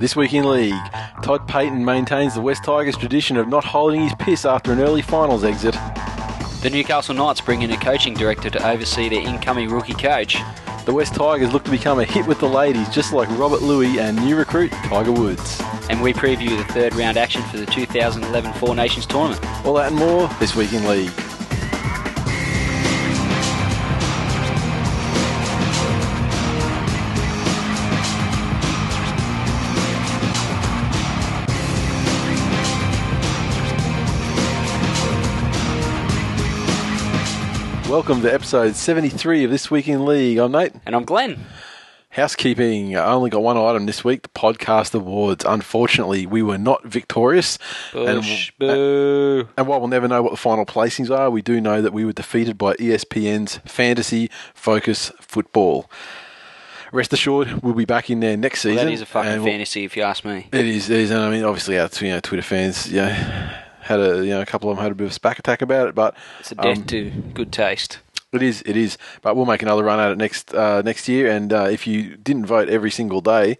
This week in league, Todd Payton maintains the West Tigers tradition of not holding his piss after an early finals exit. The Newcastle Knights bring in a coaching director to oversee their incoming rookie coach. The West Tigers look to become a hit with the ladies, just like Robert Louis and new recruit Tiger Woods. And we preview the third round action for the 2011 Four Nations tournament. All that and more this week in league. Welcome to episode 73 of This Week in League. I'm Nate. And I'm Glenn. Housekeeping. I only got one item this week the podcast awards. Unfortunately, we were not victorious. Bush, boo. And while we'll never know what the final placings are, we do know that we were defeated by E ESPN's Fantasy Focus Football. Rest assured, we'll be back in there next season. Well, that is a fucking and we'll- fantasy, if you ask me. It is, it is, and I mean, obviously, our you know, Twitter fans, you know, had a you know a couple of them had a bit of a spack attack about it, but It's a death um, to good taste. It is, it is. But we'll make another run at it next uh, next year. And uh, if you didn't vote every single day,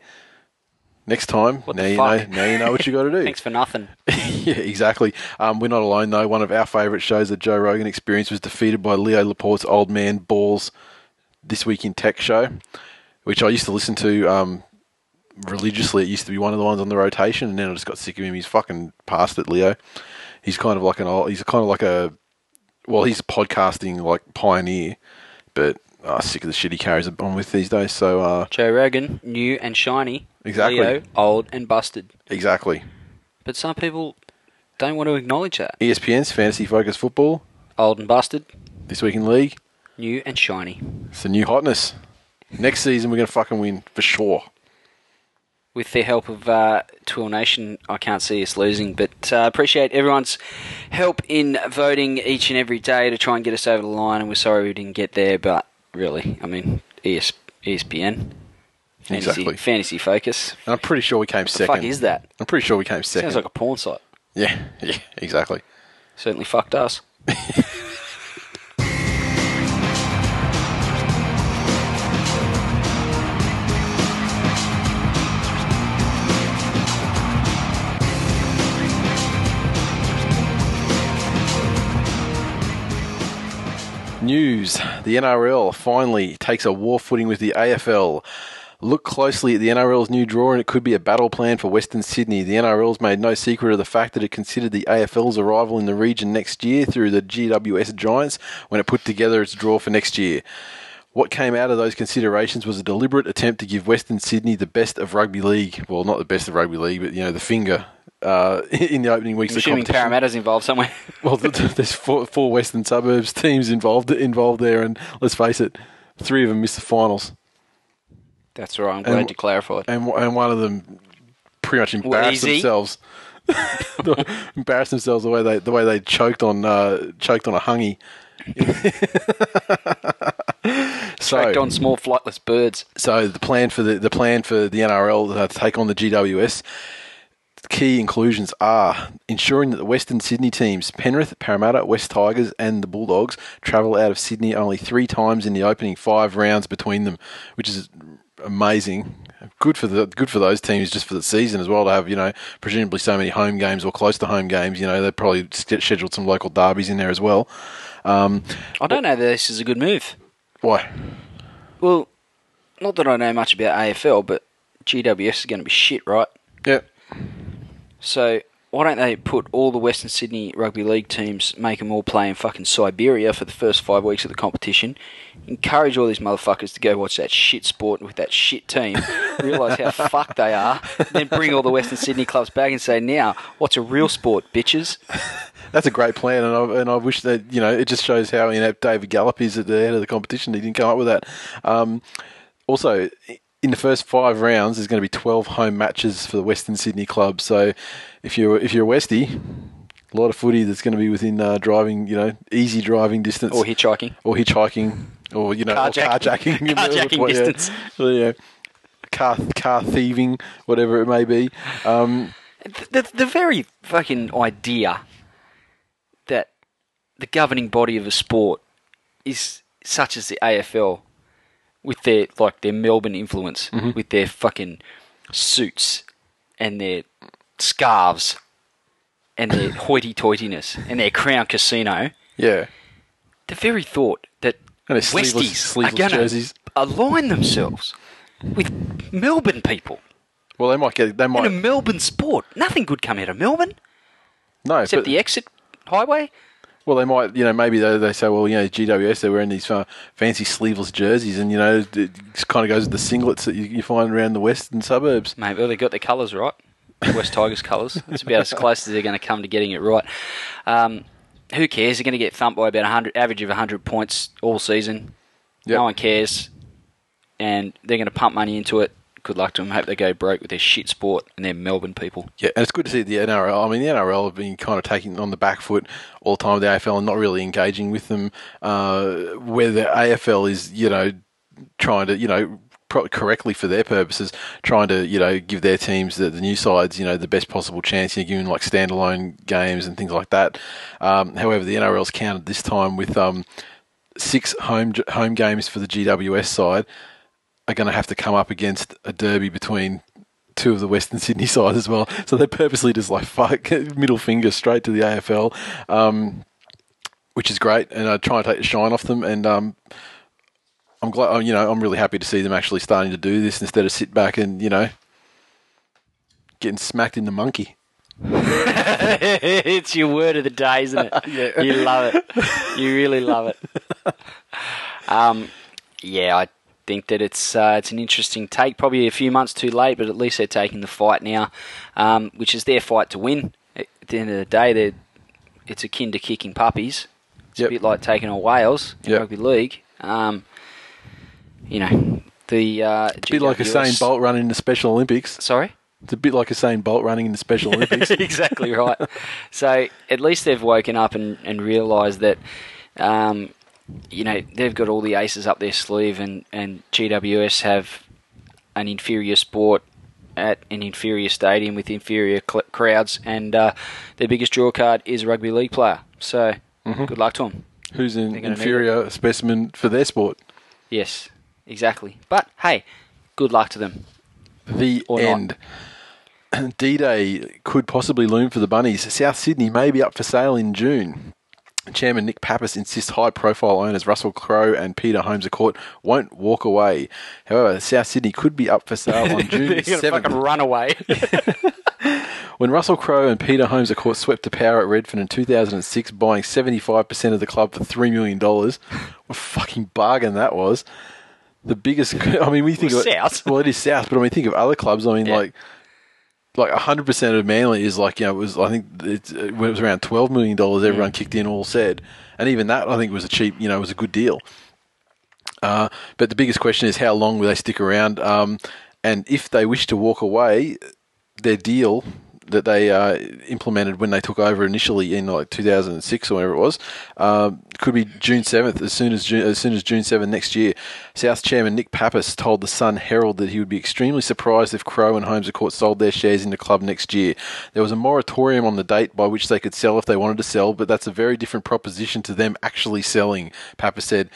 next time, What now the you fuck? know, now you know what you got to do. Thanks for nothing. yeah, exactly. Um, we're not alone though. One of our favourite shows, the Joe Rogan Experience, was defeated by Leo Laporte's Old Man Balls this week in Tech show, which I used to listen to um, religiously. It used to be one of the ones on the rotation, and then I just got sick of him. He's fucking past it, Leo. He's kind of like an old. He's kind of like a well, he's a podcasting like pioneer, but. uh sick of the shit he carries on with these days. So uh, Joe Rogan, new and shiny. Exactly. Leo, old and busted. exactly, But some people don't want to acknowledge that. ESPN's fantasy focused football Old and busted, this week in league. new and shiny. It's the new hotness. Next season, we're going to fucking win for sure. with the help of uh, Twill Nation, I can't see us losing, but uh, appreciate everyone's help in voting each and every day to try and get us over the line. And we're sorry we didn't get there, but really, I mean, E ES- ESPN, fantasy, Exactly. fantasy focus. And I'm pretty sure we came The second. fuck is that? I'm pretty sure we came second. Sounds like a porn site. yeah, yeah, exactly. Certainly fucked us. News The NRL finally takes a war footing with the AFL. Look closely at the NRL's new draw, and it could be a battle plan for Western Sydney. The NRL's made no secret of the fact that it considered the AFL's arrival in the region next year through the GWS Giants when it put together its draw for next year. What came out of those considerations was a deliberate attempt to give Western Sydney the best of rugby league. Well, not the best of rugby league, but you know the finger uh, in the opening weeks I'm of assuming competition. Parramatta's involved somewhere. Well, th- th- there's four, four Western suburbs teams involved involved there, and let's face it, three of them missed the finals, That's all right. I'm glad And- you clarified. and w- and one of them pretty much embarrassed easy? themselves, embarrassed themselves the way they the way they choked on uh, choked on a hungy. so, Tracked on small flightless birds. so the plan for the the plan for the NRL uh, to take on the GWS. Key inclusions are ensuring that the Western Sydney teams, Penrith, Parramatta, West Tigers, and the Bulldogs, travel out of Sydney only three times in the opening five rounds between them, which is amazing. Good for the good for those teams, just for the season as well to have you know presumably so many home games or close to home games. You know they probably sch- scheduled some local derbies in there as well. Um, I don't know that this is a good move. why? Well, not that I know much about AFL, but GWS is going to be shit, right? Yeah, So why don't they put all the Western Sydney Rugby League teams, make them all play in fucking Siberia for the first five weeks of the competition, encourage all these motherfuckers to go watch that shit sport with that shit team, realise how fucked they are, then bring all the Western Sydney clubs back and say, now, what's a real sport, bitches? That's a great plan, and I, and I wish that you know it just shows how inept David Gallup is at the head of the competition. He didn't come up with that. Um, also, in the first five rounds, there's going to be 12 home matches for the Western Sydney club. So, if you're if you're a Westie, a lot of footy that's going to be within uh, driving, you know, easy driving distance, Or hitchhiking. or hitchhiking, or you know, Carjacking. Or carjacking, Carjacking What, yeah. distance. yeah. Car, car thieving, whatever it may be. Um, the, the very fucking idea that the governing body of a sport is such as the AFL Mm-hmm. with their like their Melbourne influence with their fucking suits and their scarves and their hoity-toityness and their Crown Casino, Yeah. the very thought that And their Westies sleeveless, are sleeveless going to jerseys. align themselves with Melbourne people Well, they might get. They in a might. Melbourne sport. Nothing good come out of Melbourne No, but, except the exit highway. well, they might. You know, maybe they, they say, well, you know, GWS, they're wearing these uh, fancy sleeveless jerseys, and you know, it kind of goes with the singlets that you, you find around the western suburbs. Mate, well, they got their colours right. West Tigers colours. It's about as close as they're going to come to getting it right. Um, who cares? They're going to get thumped by about 100, average of 100 points all season. Yep. No one cares. And they're going to pump money into it. Good luck to them. Hope they go broke with their shit sport and their Melbourne people. Yeah, and it's good to see the NRL. I mean, the NRL have been kind of taking on the back foot all the time with the AFL and not really engaging with them. Uh, where the AFL is, you know, trying to, you know, pro- correctly for their purposes, trying to, you know, give their teams, the, the new sides, you know, the best possible chance, you know, giving like standalone games and things like that. Um, however, the NRL's counted this time with um, six home home games for the GWS side are going to have to come up against a derby between two of the Western Sydney side as well. So they're purposely just like fuck middle finger straight to the AFL, um, which is great. And I try and take the shine off them. And um, I'm glad, oh, you know, I'm really happy to see them actually starting to do this instead of sit back and you know getting smacked in the monkey. it's your word of the day, isn't it? Yeah. You love it. You really love it. Um, yeah, I think that it's uh, it's an interesting take. Probably a few months too late, but at least they're taking the fight now, um, which is their fight to win. At the end of the day, they're, it's akin to kicking puppies. It's Yep. a bit like taking on Wales in Yep. rugby league. Um, you know, the uh, It's a bit like Usain Bolt running in the Special Olympics. Sorry. It's a bit like Usain Bolt running in the Special Olympics. exactly right. So at least they've woken up and, and realised that, um, you know, they've got all the aces up their sleeve, and, and GWS have an inferior sport at an inferior stadium with inferior cl- crowds, and uh, their biggest draw card is a rugby league player. So good luck to them. Who's an They're gonna need inferior specimen for their sport? Yes, exactly. But hey, good luck to them. The Or not. end. D Day could possibly loom for the Bunnies. South Sydney may be up for sale in June. Chairman Nick Pappas insists high profile owners Russell Crowe and Peter Holmes a court won't walk away. However, South Sydney could be up for sale on June They're going to 7th. fucking run away. When Russell Crowe and Peter Holmes are caught swept to power at Redfern in 2006, buying 75% of the club for $3 million, what a fucking bargain that was. The biggest, I mean, we think Well, of it- South. Well, it is South, but I mean, think of other clubs. I mean, Yeah. like, like 100% of Manly is like, you know, it was, I think, it's, uh, when it was around $12 million, Mm. everyone kicked in, all said. And even that, I think, was a cheap, you know, it was a good deal. Uh, but the biggest question is how long will they stick around? Um, and if they wish to walk away, their deal that they uh, implemented when they took over initially in like 2006 or whenever it was um, could be June 7th as soon as June, as soon as June 7th next year. South chairman Nick Pappas told the Sun Herald that he would be extremely surprised if Crow and Holmes Court sold their shares in the club next year. There was a moratorium on the date by which they could sell if they wanted to sell, but that's a very different proposition to them actually selling. Pappas said.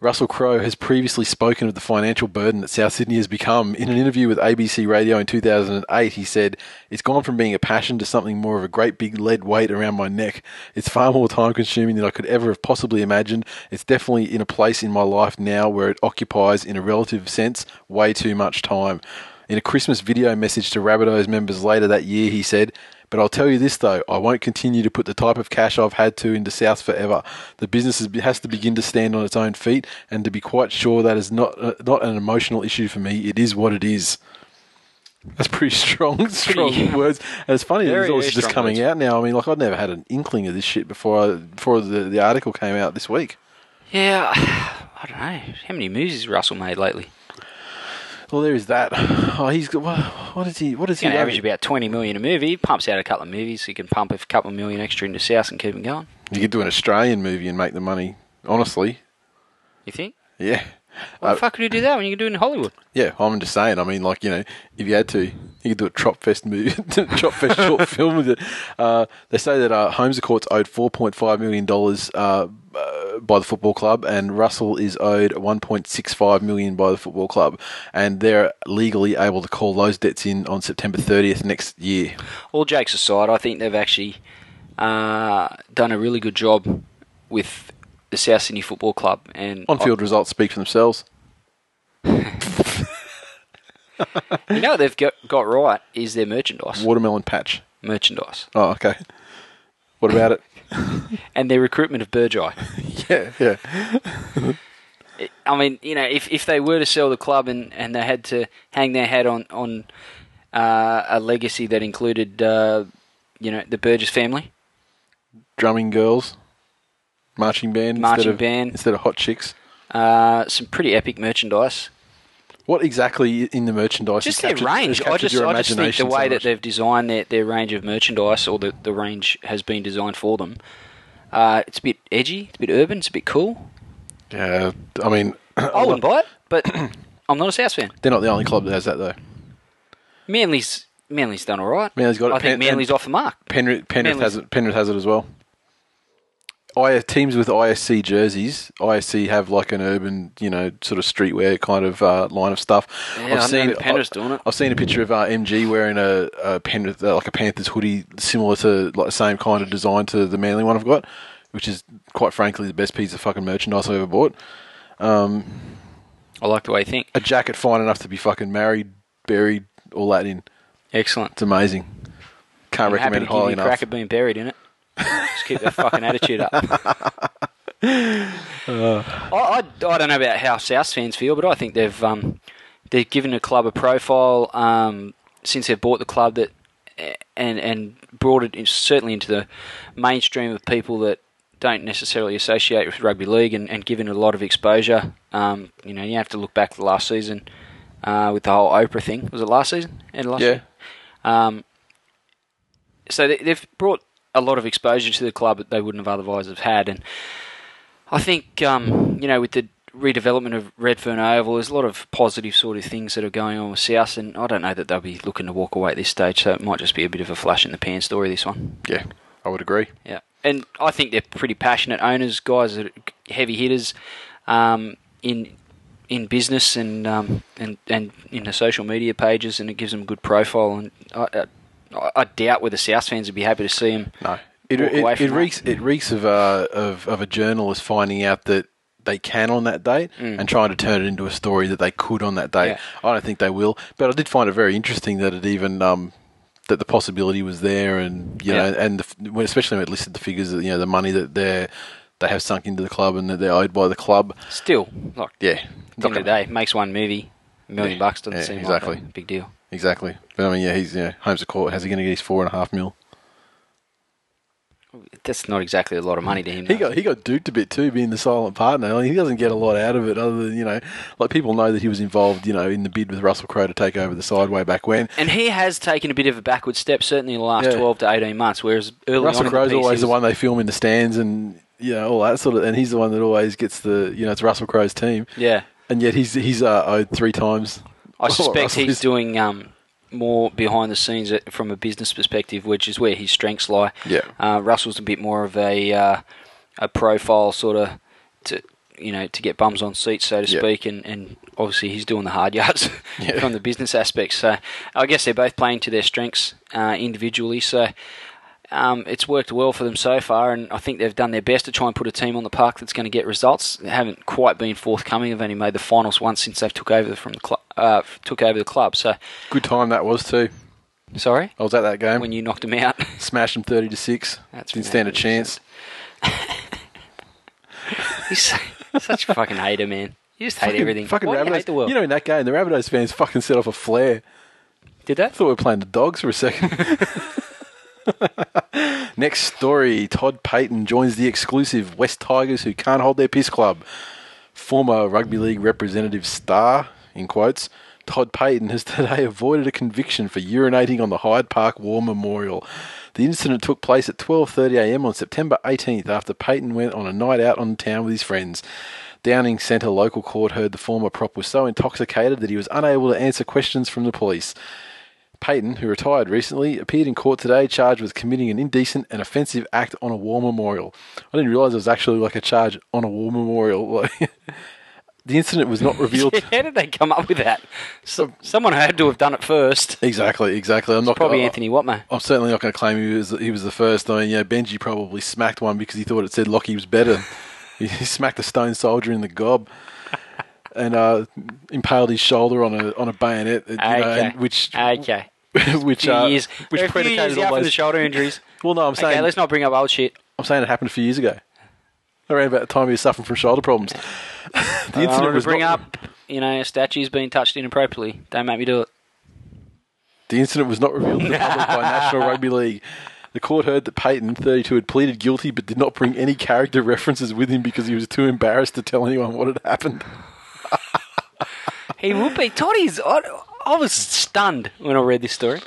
Russell Crowe has previously spoken of the financial burden that South Sydney has become. In an interview with ABC Radio in 2008, he said, It's gone from being a passion to something more of a great big lead weight around my neck. It's far more time consuming than I could ever have possibly imagined. It's definitely in a place in my life now where it occupies, in a relative sense, way too much time. In a Christmas video message to Rabbitohs members later that year, he said, but I'll tell you this though, I won't continue to put the type of cash I've had to into South forever. The business has- has to begin to stand on its own feet, and to be quite sure that is not uh, not an emotional issue for me. It is what it is. That's pretty strong, strong Pretty- words. And it's funny that Very, it's all very just strong coming words. out now. I mean, like I'd never had an inkling of this shit before I, before the, the article came out this week. yeah, I don't know. How many moves has Russell made lately? Well, there is that. Oh, he's got what, what is he? What is he? He's going to owe? average about 20 million a movie. He pumps out a couple of movies. He can pump a couple of million extra into South and keep him going. You could do an Australian movie and make the money. Honestly, You think? yeah. Why Uh, the fuck could you do that when you can do it in Hollywood? Yeah, I'm just saying. I mean, like you know, if you had to, you could do a Trop Fest movie, Trop Fest short film with it. Uh, they say that uh, Holmes Court's owed 4.5 million dollars uh, uh, uh, by the football club, and Russell is owed 1.65 million by the football club, and they're legally able to call those debts in on September 30th next year. All jokes aside, I think they've actually uh, done a really good job with the South Sydney Football Club and On-field results speak for themselves. You know what they've got, got right is their merchandise. Watermelon patch. Merchandise. Oh, okay. What about it? And their recruitment of Burgeye. yeah, yeah. It- I mean, you know, if, if they were to sell the club and, and they had to hang their hat on on uh, a legacy that included, uh, you know, the Burgess family, Drumming girls, marching band, Marching instead of, band. instead of hot chicks. uh, some pretty epic merchandise. What exactly in the merchandise? Just has their captured- has range. I captured just your I just think the imagination so way that much? they've designed their, their range of merchandise or the, the range has been designed for them. Uh, it's a bit edgy, it's a bit urban, it's a bit cool. Yeah, I mean, I wouldn't buy it, but I'm not a South fan. they're not the only club that has that though. Manly's Manly's done all right. Manly's got it. I think Pen- Manly's and- off the mark. Penrith, Penrith Manly's- has it. Penrith has it as well. I teams with ISC jerseys. ISC have like an urban, you know, sort of streetwear kind of uh, line of stuff. Yeah, I know that Penrith's doing it. I've seen a picture of uh, MG wearing a, a Penrith, uh, like a Panthers hoodie, similar to like the same kind of design to the Manly one I've got, which is quite frankly the best piece of fucking merchandise I've ever bought. I like the way you think. A jacket fine enough to be fucking married, buried, all that in. Excellent. It's amazing. Can't I'm recommend happy to it give you highly a enough. crack at being buried in it. Just keep that fucking attitude up. I, I, I don't know about how South fans feel, but I think they've um, they've given the club a profile um, since they've bought the club that and and brought it in, certainly into the mainstream of people that don't necessarily associate with rugby league and, and given it a lot of exposure. Um, you know, you have to look back to last season uh, with the whole Oprah thing. Was it last season? And last yeah. um, so they, they've brought a lot of exposure to the club that they wouldn't have otherwise have had, and I think um, you know with the redevelopment of Redfern Oval, there's a lot of positive sort of things that are going on with South, and I don't know that they'll be looking to walk away at this stage. So it might just be a bit of a flash in the pan story. This one, Yeah, I would agree. yeah, and I think they're pretty passionate owners, guys that are heavy hitters um, in in business and um, and and in the social media pages, and it gives them a good profile. And I, I, I doubt whether South fans would be happy to see him. No, it Walk away it, from it that. reeks it reeks of, uh, of of a journalist finding out that they can on that date and trying to turn it into a story that they could on that date. Mm. Yeah. I don't think they will, but I did find it very interesting that it even. Um, that the possibility was there, and you know, Yeah. and the, f- when- especially when it listed the figures, that, you know, the money that they they have sunk into the club and that they're owed by the club. Still, like Yeah, at the end of the day, makes one movie, a million Yeah, bucks doesn't yeah, seem exactly. like a big deal. exactly. But I mean, yeah, he's you know, Holmes to court. How's he going to get his four and a half mil? That's not exactly a lot of money to him. He though. got he got duped a bit too, being the silent partner. I mean, he doesn't get a lot out of it, other than you know, like people know that he was involved, you know, in the bid with Russell Crowe to take over the side way back when. and he has taken a bit of a backward step, certainly in the last Yeah. twelve to eighteen months. Whereas early on, Russell in Crowe's the piece, always he the was- one they film in the stands, and you know all that sort of. And he's the one that always gets the you know it's Russell Crowe's team, Yeah, and yet he's he's uh, owed three times. I what suspect Oh, Russell he's is. doing um, more behind the scenes at- from a business perspective, which is where his strengths lie. Yeah. uh, Russell's a bit more of a uh, a profile sort of to you know to get bums on seats, so to Yeah. speak, and, and obviously he's doing the hard yards Yeah. from the business aspect. So I guess they're both playing to their strengths uh, individually. So. Um, it's worked well for them so far, and I think they've done their best to try and put a team on the park that's going to get results. They haven't quite been forthcoming. They've only made the finals once since they've took over from the club. Uh, took over the club. So Good time that was too. sorry I was at that game. when you knocked them out. Smashed him thirty to six. That's Didn't stand a madness. chance. He's such a fucking hater, man. You just hate everything. Fucking Why do you Rabbitohs. hate the world? you know, in that game, the Rabbitohs fans fucking set off a flare. Did that? thought we were playing the dogs for a second. Next story Todd Payton joins the exclusive West Tigers who can't hold their piss club. Former rugby league representative star, in quotes, Todd Payton has today avoided a conviction for urinating on the Hyde Park War Memorial. The incident took place at 12:30 a.m. on September 18th after Payton went on a night out on town with his friends. Downing Centre local court heard the former prop was so intoxicated that he was unable to answer questions from the police. Payton, who retired recently, appeared in court today charged with committing an indecent and offensive act on a war memorial. I didn't realise it was actually like a charge on a war memorial. Like, the incident was not revealed. How did they come up with that? So, someone had to have done it first. Exactly, exactly. I'm not Probably gonna, Anthony Watmo. I'm certainly not going to claim he was he was the first. I mean, you know, Benji probably smacked one because he thought it said Lockie was better. he smacked a stone soldier in the gob and uh, impaled his shoulder on a on a bayonet, you know, Okay. and which Okay. which Few uh, years. which They're a few years predicated out all from the those. shoulder injuries. Well, no, I'm okay, saying let's not bring up old shit. I'm saying it happened a few years ago. Around about the time he was suffering from shoulder problems. the I wanted incident to was bring not, up, you know, statues being touched inappropriately. Don't make me do it. The incident was not revealed to the public by National Rugby League. The court heard that Payton, 32, had pleaded guilty but did not bring any character references with him because he was too embarrassed to tell anyone what had happened. He would be. Toddy's. I, I was stunned when I read this story.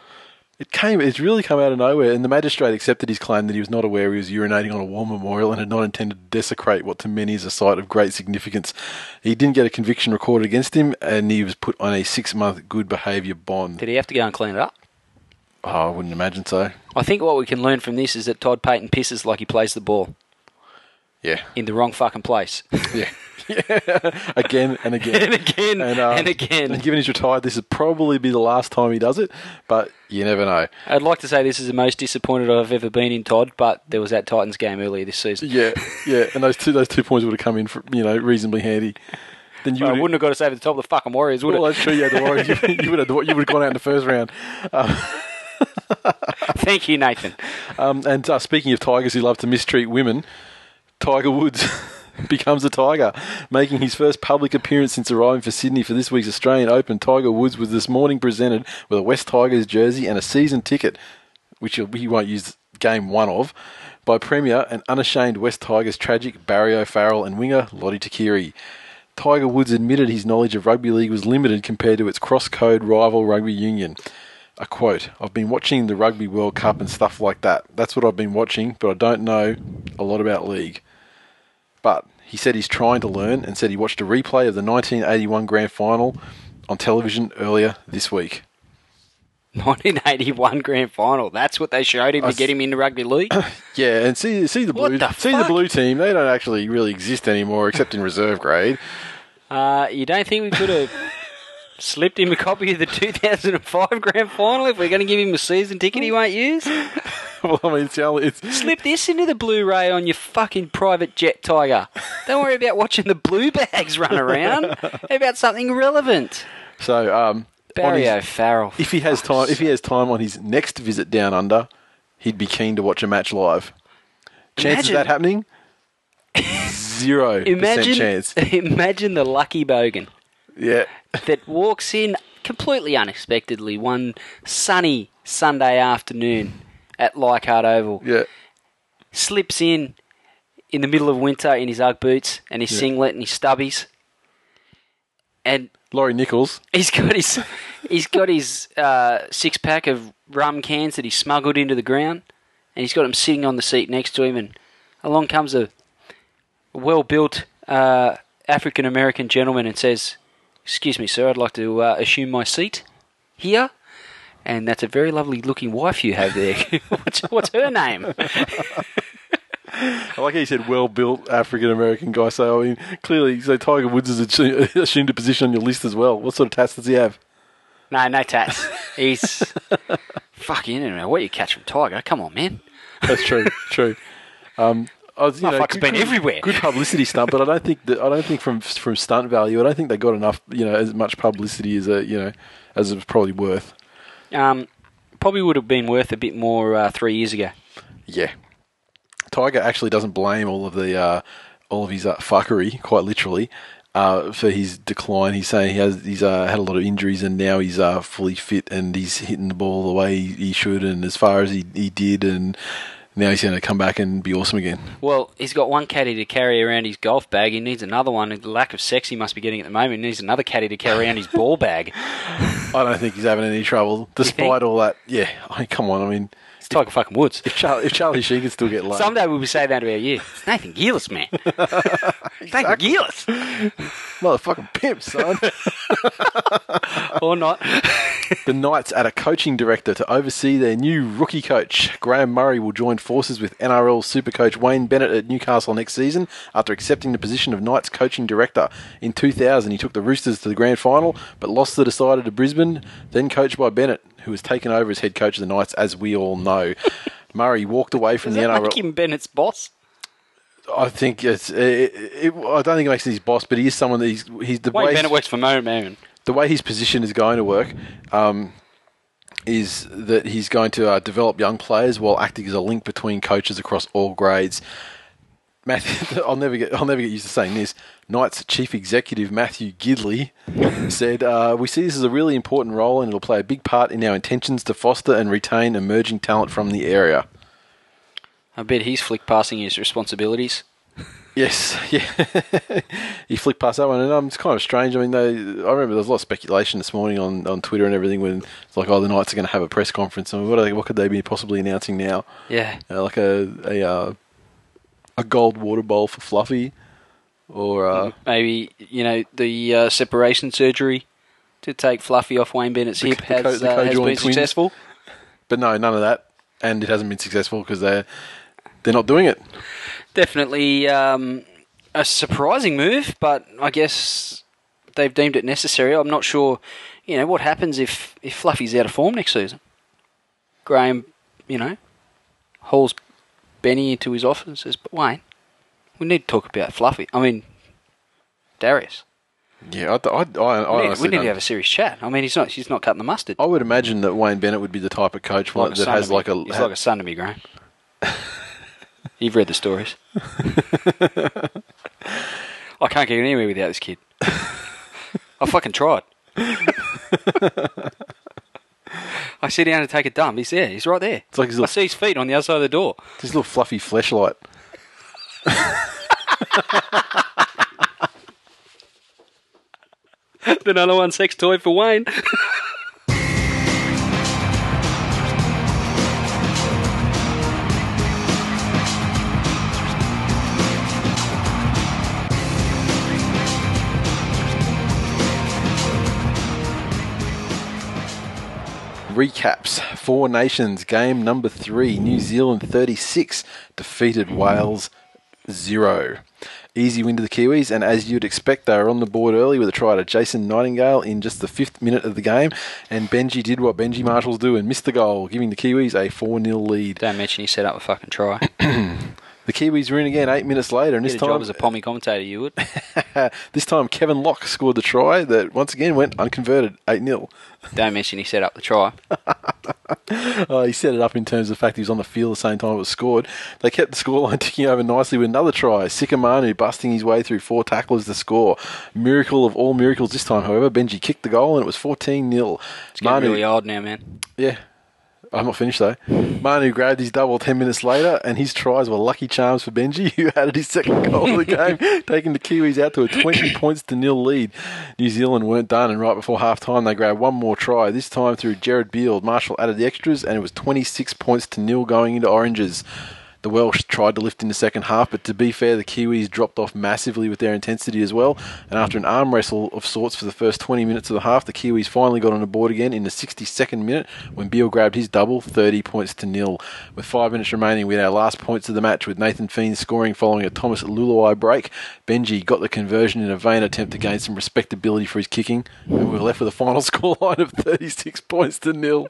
It came. It's really come out of nowhere, and the magistrate accepted his claim that he was not aware he was urinating on a war memorial and had not intended to desecrate what to many is a site of great significance. He didn't get a conviction recorded against him, and he was put on a six-month good behaviour bond. Did he have to go and clean it up? Oh, I wouldn't imagine so. I think what we can learn from this is that Todd Payton pisses like he plays the ball Yeah, in the wrong fucking place. yeah, again and again And again, uh, and again. And given he's retired, this would probably be the last time he does it, but you never know. I'd like to say this is the most disappointed I've ever been in Todd, but there was that Titans game earlier this season. Yeah, yeah, and those two those two points would have come in, for, you know, reasonably handy. Then you I would wouldn't have got us over the top of the fucking Warriors, would Well, it? that's true. Yeah, the Warriors. You, you would have you would have gone out in the first round. Thank you, Nathan. Um, and uh, speaking of tigers who love to mistreat women, Tiger Woods becomes a tiger, making his first public appearance since arriving for Sydney for this week's Australian Open. Tiger Woods was this morning presented with a West Tigers jersey and a season ticket, which he'll- he won't use game one of, by Premier and unashamed West Tigers tragic Barry O'Farrell and winger Lottie Takiri. Tiger Woods admitted his knowledge of rugby league was limited compared to its cross code rival rugby union. A quote I've been watching the Rugby World Cup and stuff like that. That's what I've been watching, but I don't know a lot about league. But he said he's trying to learn and said he watched a replay of the 1981 Grand Final on television earlier this week. 1981 grand final. That's what they showed him to get him into rugby league. Yeah, and see see the What blue the see fuck? the blue team, they don't actually really exist anymore except in reserve grade. Uh, you don't think we could have slipped him a copy of the 2005 grand final if we're going to give him a season ticket he won't use? well, I mean, it's, the only- it's Slip this into the Blu-ray on your fucking private jet, Tiger. Don't worry about watching the blue bags run around. How about something relevant? so um on Barry his- O'Farrell. if he has time, if he has time on his next visit down under, he'd be keen to watch a match live. Chance Imagine- of that happening? Zero imagine, percent chance. imagine the lucky bogan Yeah, that walks in completely unexpectedly one sunny Sunday afternoon at Leichhardt Oval. yeah, slips in in the middle of winter in his UGG boots and his singlet and his stubbies, and Laurie Nichols. he's got his he's got his uh, six pack of rum cans that he smuggled into the ground, and he's got them sitting on the seat next to him, and along comes a well built uh, African American gentleman and says, "Excuse me, sir, I'd like to uh, assume my seat here." And that's a very lovely looking wife you have there. what's, what's her name? I like how you said well-built African American guy. So I mean, clearly, so Tiger Woods has assumed, assumed a position on your list as well. What sort of tats does he have? No, no tats. He's fucking. I don't know what you catch from Tiger. Come on, man. That's true, true. Um, I was, you know, Motherfucker's been everywhere. Good publicity stunt, but I don't think that I don't think from from stunt value, I don't think they got enough, you know, as much publicity as a you know as it was probably worth. Um, probably would have been worth a bit more uh, three years ago. Yeah. Tiger actually doesn't blame all of the uh, all of his uh, fuckery, quite literally, uh, for his decline. He's saying he has he's uh, had a lot of injuries and now he's uh, fully fit and he's hitting the ball the way he, he should and as far as he, he did and now he's going to come back and be awesome again. Well, he's got one caddy to carry around his golf bag. He needs another one. The lack of sex he must be getting at the moment. He needs another caddy to carry around his ball bag. I don't think he's having any trouble despite all that. Yeah, I mean, come on. I mean, It's Tiger fucking Woods. If Charlie, if Charlie Sheen can still get laid, Someday we'll be saying that about you. It's Nathan Gearless, man. Nathan Gearless. motherfucking pimp, son. Or not. The Knights add a coaching director to oversee their new rookie coach. Graham Murray will join forces with NRL supercoach Wayne Bennett at Newcastle next season after accepting the position of Knights coaching director. In 2000, he took the Roosters to the grand final but lost the decider to Brisbane, then coached by Bennett, who was taken over as head coach of the Knights, as we all know. Murray walked away from Is the that NRL. like Kim Bennett's boss? I think it's. It, it, I don't think it makes him his boss, but he is someone that he's. he's the Wayne way Bennett works for Mo Man. the way his position is going to work um, is that he's going to uh, develop young players while acting as a link between coaches across all grades. Matthew, I'll never get I'll never get used to saying this. Knights chief executive Matthew Gidley said, uh, "We see this as a really important role, and it'll play a big part in our intentions to foster and retain emerging talent from the area." I bet he's flick passing his responsibilities. Yes, yeah. he flicked past that one, and um, it's kind of strange. I mean, they, I remember there was a lot of speculation this morning on, on Twitter and everything when it's like, oh, the Knights are going to have a press conference, and what, are they, what could they be possibly announcing now? Yeah. Uh, like a a uh, a gold water bowl for Fluffy, or uh, Maybe, you know, the uh, separation surgery to take Fluffy off Wayne Bennett's hip the has, co- the uh, has been co-joined twins. successful. but no, none of that, and it hasn't been successful because they're they're not doing it. Definitely um, a surprising move, but I guess they've deemed it necessary. I'm not sure, you know, what happens if, if Fluffy's out of form next season. Graham, you know, hauls Benny into his office and says, but Wayne, we need to talk about Fluffy. I mean, Darius. Yeah, I, I, I, I We need, honestly we need don't- to have a serious chat. I mean, he's not, he's not cutting the mustard. I would imagine that Wayne Bennett would be the type of coach one a that son has to me. like a he's like a son to me, Graham. You've read the stories. I can't get anywhere without this kid. I fucking tried. I sit down to take a dump. He's there. He's right there. it's like his I little, see his feet on the other side of the door. his little fluffy fleshlight. the number one sex toy for Wayne. recaps Four Nations game number three New Zealand 36 defeated Wales 0. Easy win to the Kiwis, and as you'd expect, they were on the board early with a try to Jason Nightingale in just the fifth minute of the game. And Benji did what Benji Marshalls do and missed the goal, giving the Kiwis a 4 0 lead. Don't mention he set up a fucking try. The Kiwis were in again eight minutes later, and this Get a job time, as a pommy commentator, you would. this time Kevin Locke scored the try that once again went unconverted 8 0. Don't mention he set up the try. Uh, he set it up in terms of the fact he was on the field at the same time it was scored. They kept the scoreline ticking over nicely with another try. Sikamanu busting his way through four tacklers to score. Miracle of all miracles this time, however. Benji kicked the goal and it was 14 0. It's getting really old now, man. Yeah. I'm not finished though. Manu grabbed his double 10 minutes later, and his tries were lucky charms for Benji, who added his second goal of the game, taking the Kiwis out to a 20 points to nil lead. New Zealand weren't done, and right before half time, they grabbed one more try, this time through Jared Beale. Marshall added the extras, and it was 26 points to nil going into Oranges. The Welsh tried to lift in the second half, but to be fair, the Kiwis dropped off massively with their intensity as well. And after an arm wrestle of sorts for the first 20 minutes of the half, the Kiwis finally got on the board again in the 62nd minute when Beale grabbed his double, 30 points to nil. With five minutes remaining, we had our last points of the match with Nathan Fiend scoring following a Thomas Luluai break. Benji got the conversion in a vain attempt to gain some respectability for his kicking, and we were left with a final scoreline of 36 points to nil.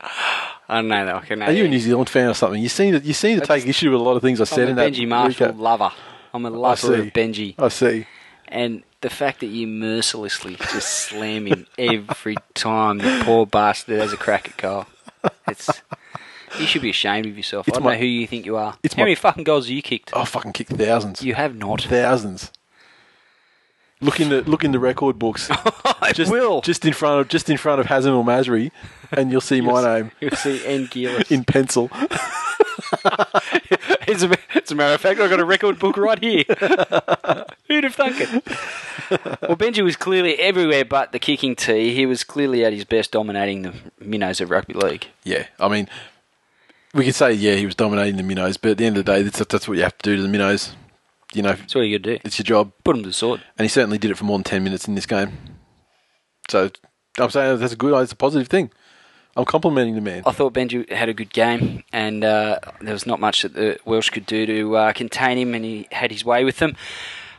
I don't know that. I can Are you a New Zealand fan or something? You seem to, you seem to take issue with a lot of things I said in I'm a that Benji Marshall recap. lover. I'm a lover of Benji. I see. And the fact that you mercilessly just slam him every time the poor bastard has a crack at goal. It's you should be ashamed of yourself. I It's don't my- know who you think you are. it's How my- many fucking goals have you kicked? Oh, I fucking kick thousands. You have not. thousands. Look in the look in the record books. I just, will. Just in front of just in front of Hazem El Masri, and you'll see my name You'll see N Gearless. in pencil. As a, as a matter of fact, I've got a record book right here. Who'd have thunk it? Well, Benji was clearly everywhere but the kicking tee. He was clearly at his best dominating the minnows of rugby league. Yeah, I mean, we could say yeah he was dominating the minnows, but at the end of the day, that's, that's what you have to do to the minnows. You know, That's all you got to do. it's your job, Put him to the sword. and he certainly did it for more than ten minutes in this game. So I'm saying that's a good, that's a positive thing. I'm complimenting the man. I thought Benji had a good game, and uh, there was not much that the Welsh could do to uh, contain him, and he had his way with them.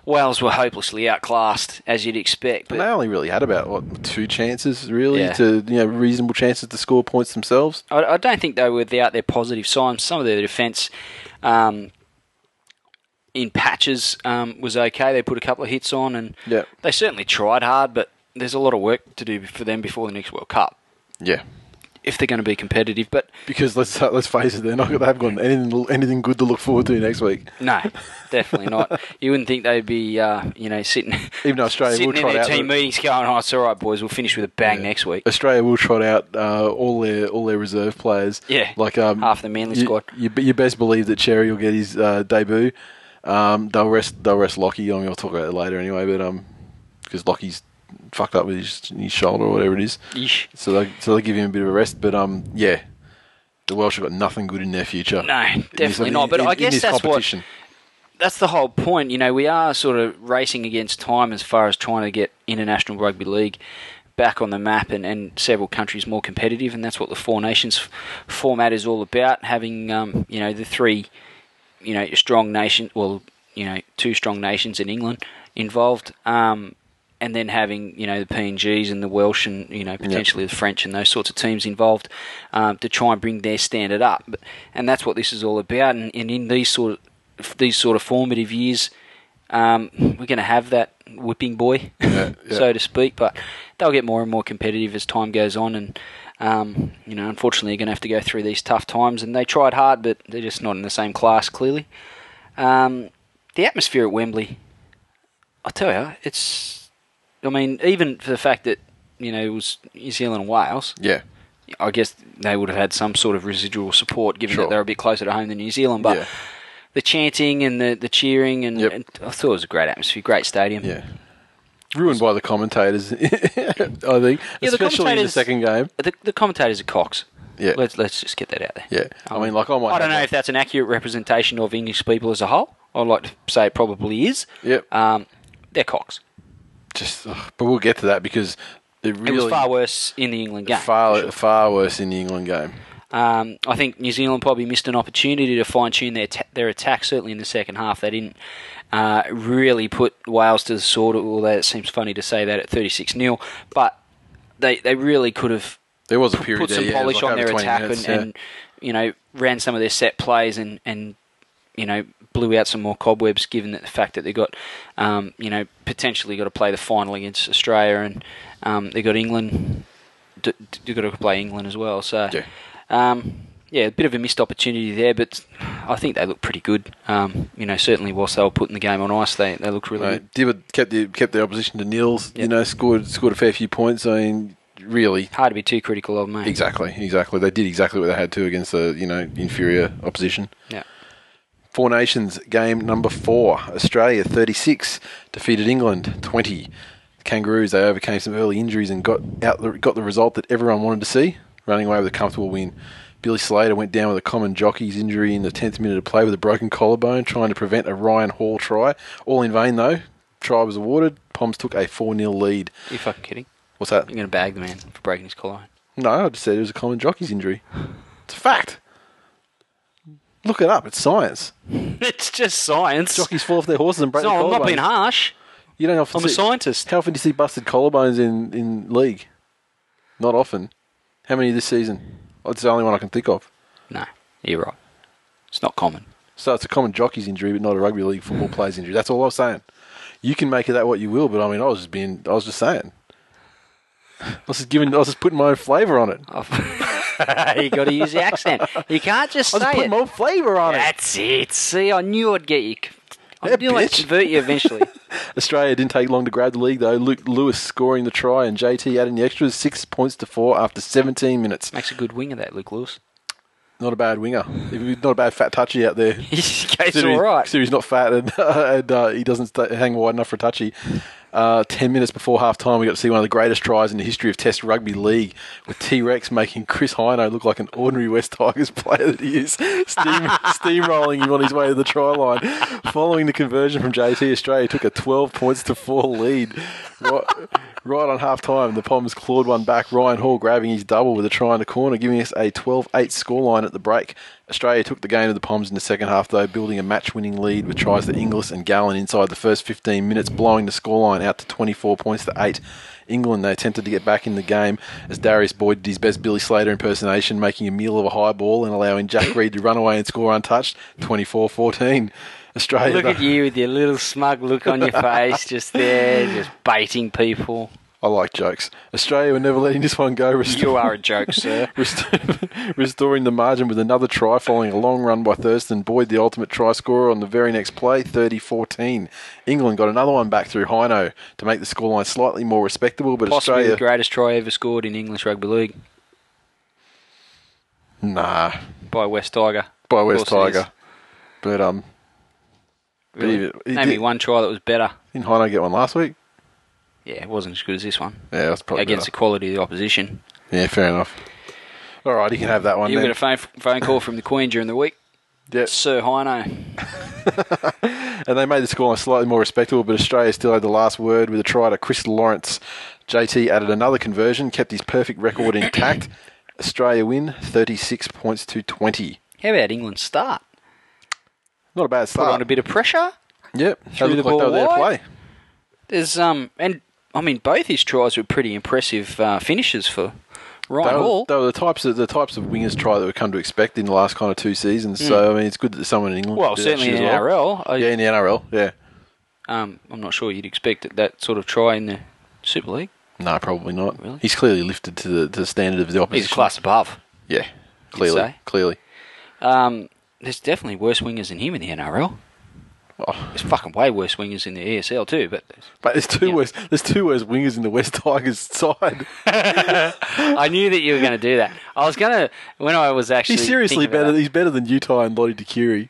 Wales were hopelessly outclassed, as you'd expect. And But they only really had about what two chances, really, Yeah. to you know reasonable chances to score points themselves. I, I don't think they were without their positive signs. Some of their defence um, in patches um, was okay. They put a couple of hits on, and Yeah. they certainly tried hard, but there's a lot of work to do for them before the next World Cup Yeah, if they're going to be competitive. But because let's let's face it, they're not they haven't got anything anything good to look forward to next week. no, definitely not. You wouldn't think they'd be, uh, you know, sitting Even though Australia sitting will trot in their out team meetings going, "Oh, it's all right, boys. We'll finish with a bang Yeah. next week." Australia will trot out uh, all their all their reserve players. Yeah, like um, half the Manly you, squad. You, you best believe that Cherry will get his uh, debut. Um, they'll rest they'll rest Lockie. I mean, we'll talk about it later anyway. But um, because Lockie's fucked up with his, his shoulder or whatever it is, Yeesh. so they so they give him a bit of a rest. But um, yeah, the Welsh have got nothing good in their future. No, In this- definitely not, but I guess this that's what- competition. That's the whole point. You know, we are sort of racing against time as far as trying to get international rugby league back on the map and, and several countries more competitive, and that's what the Four Nations f- format is all about. Having um, you know the three, you know, strong nation, well, you know, two strong nations in England involved. Um, and then having you know the PNGs and the Welsh and you know potentially the French and those sorts of teams involved um, to try and bring their standard up, but, and that's what this is all about. And, and in these sort of these sort of formative years, um, we're going to have that whipping boy, yeah. so to speak. But they'll get more and more competitive as time goes on, and um, you know unfortunately you're going to have to go through these tough times. And they tried hard, but they're just not in the same class clearly. Um, the atmosphere at Wembley, I tell you, it's. I mean, even for the fact that you know it was New Zealand and Wales, Yeah, I guess they would have had some sort of residual support, given Sure. that they're a bit closer to home than New Zealand. But Yeah. the chanting and the, the cheering, and, Yep. and I thought it was a great atmosphere, great stadium. yeah. Ruined by the commentators, I think, Yeah, the especially in the commentators- second game. The, the commentators are cocks. Yeah. Let's let's just get that out there. Yeah, I mean, like I might. I have don't know that- if that's an accurate representation of English people as a whole. I'd like to say it probably is. Yep. Um, they're cocks. just, ugh, but we'll get to that because it really it was far worse in the England game. far, far worse in the England game. Um, I think New Zealand probably missed an opportunity to fine tune their ta- their attack. Certainly in the second half, they didn't uh, really put Wales to the sword. Although it seems funny to say that at thirty six 0 but they they really could have There was a put period some there, yeah, it was like polish on over their 20 attack minutes, and, yeah. and you know ran some of their set plays and and you know blew out some more cobwebs. Given that the fact that they got um, you know potentially got to play the final against Australia and um, they got England, d- d- they got to play England as well. So Yeah. um, yeah, a bit of a missed opportunity there, but I think they look pretty good. Um, you know, certainly whilst they were putting the game on ice, they they looked really No, good. Dibbett kept the, kept their opposition to nils. You Yep. know, scored scored a fair few points. I mean, really, hard to be too critical of, mate. exactly, exactly. They did exactly what they had to against the you know inferior opposition. Yeah. Four Nations game number four. Australia 36 defeated England 20. The Kangaroos they overcame some early injuries and got out the, got the result that everyone wanted to see, running away with a comfortable win. Billy Slater went down with a common jockey's injury in the 10th minute of play with a broken collarbone, trying to prevent a Ryan Hall try. All in vain though. Try was awarded. Poms took a 4 0 lead. You fucking kidding? What's that? You're going to bag the man for breaking his collarbone. No, I just said it was a common jockey's injury. It's a fact. Look it up. It's science. it's just science. Jockeys fall off their horses and break their No, I'm not collarbones. being harsh. You don't often. I'm a see- scientist. How often do you see busted collarbones in in league? Not often. How many this season? Oh, It's the only one I can think of. No, you're right. It's not common. So it's a common jockey's injury, but not a rugby league football player's injury. That's all I was saying. You can make it that what you will, but I mean, I was just being, I was just saying. I was just giving, I was just putting my own flavour on it. I you got to use the accent. You can't just was just say putting it. my own flavour on it. That's it. See, I knew I'd get you. I Yeah, knew I'd bitch. convert you eventually. Australia didn't take long to grab the league though. Luke Lewis scoring the try and JT adding the extras, six points to four after 17 minutes. Makes a good winger, that Luke Lewis. Not a bad winger. Not a bad fat touchy out there. His gate's Considering- all right. considering he's not fat and, and uh, he doesn't sta hang wide enough for a touchy. Uh, Ten minutes before half time, we got to see one of the greatest tries in the history of Test rugby league, with T Rex making Chris Hino look like an ordinary West Tigers player that he is, steam, steamrolling him on his way to the try line. Following the conversion from JT Australia, took a twelve points to four lead. Right, right on half time, the Poms clawed one back. Ryan Hall grabbing his double with a try in the corner, giving us a 12-8 scoreline at the break. Australia took the game to the Poms in the second half, though, building a match winning lead with tries to Inglis and Gallen inside the first 15 minutes, blowing the scoreline out to 24 points to 8. England, they attempted to get back in the game as Darius Boyd did his best Billy Slater impersonation, making a meal of a high ball and allowing Jack Reed to run away and score untouched 24 14. Australia. Look at though- you with your little smug look on your face, just there, just baiting people. I like jokes. Australia were never letting this one go. You are a joke, sir. uh, Rest- restoring the margin with another try following a long run by Thurston Boyd, the ultimate try scorer on the very next play, 30-14. England got another one back through Hino to make the scoreline slightly more respectable, but Possibly the Australia... greatest try ever scored in English rugby league Nah, by West Tiger. by Of West course it Tiger. But um, is. Really? But he- he Name me did- one try that was better. didn't Hino get one last week? Yeah, it wasn't as good as this one Yeah, that's probably against the quality of the opposition. better. Yeah, fair enough. All right, you can have that one. You then. got a phone, phone call from the Queen during the week, Yeah. Sir Hino. and they made the scoreline slightly more respectable, but Australia still had the last word with a try to Chris Lawrence. JT added another conversion, kept his perfect record intact. Australia win 36 points to 20. How about England start? Not a bad Put on start. a bit of pressure. yep, they Threw the looked like they were ball there to wide. play. There's um and I mean both his tries were pretty impressive uh, finishes for Ryan They were, Hall. they were the types of the types of wingers try that we come to expect in the last kind of two seasons. So I mean, it's good that someone in England. Mm. Well, did that certainly shit in as well. NRL, I, Yeah, in the NRL. Yeah, um, I'm not sure you'd expect that, that sort of try in the Super League. no, probably not. Really? He's clearly lifted to the to the standard of the opposition. He's a class above. Yeah, clearly, say. clearly. Um, there's definitely worse wingers than him in the NRL. Oh, There's fucking way worse wingers in the ESL too. But But there's two Yeah. worst. There's two worst wingers in the West Tigers side. I knew that you were going to do that. I was going to when I was actually. He's seriously thinking about better. that, He's better than Utah and Lottie DeCurie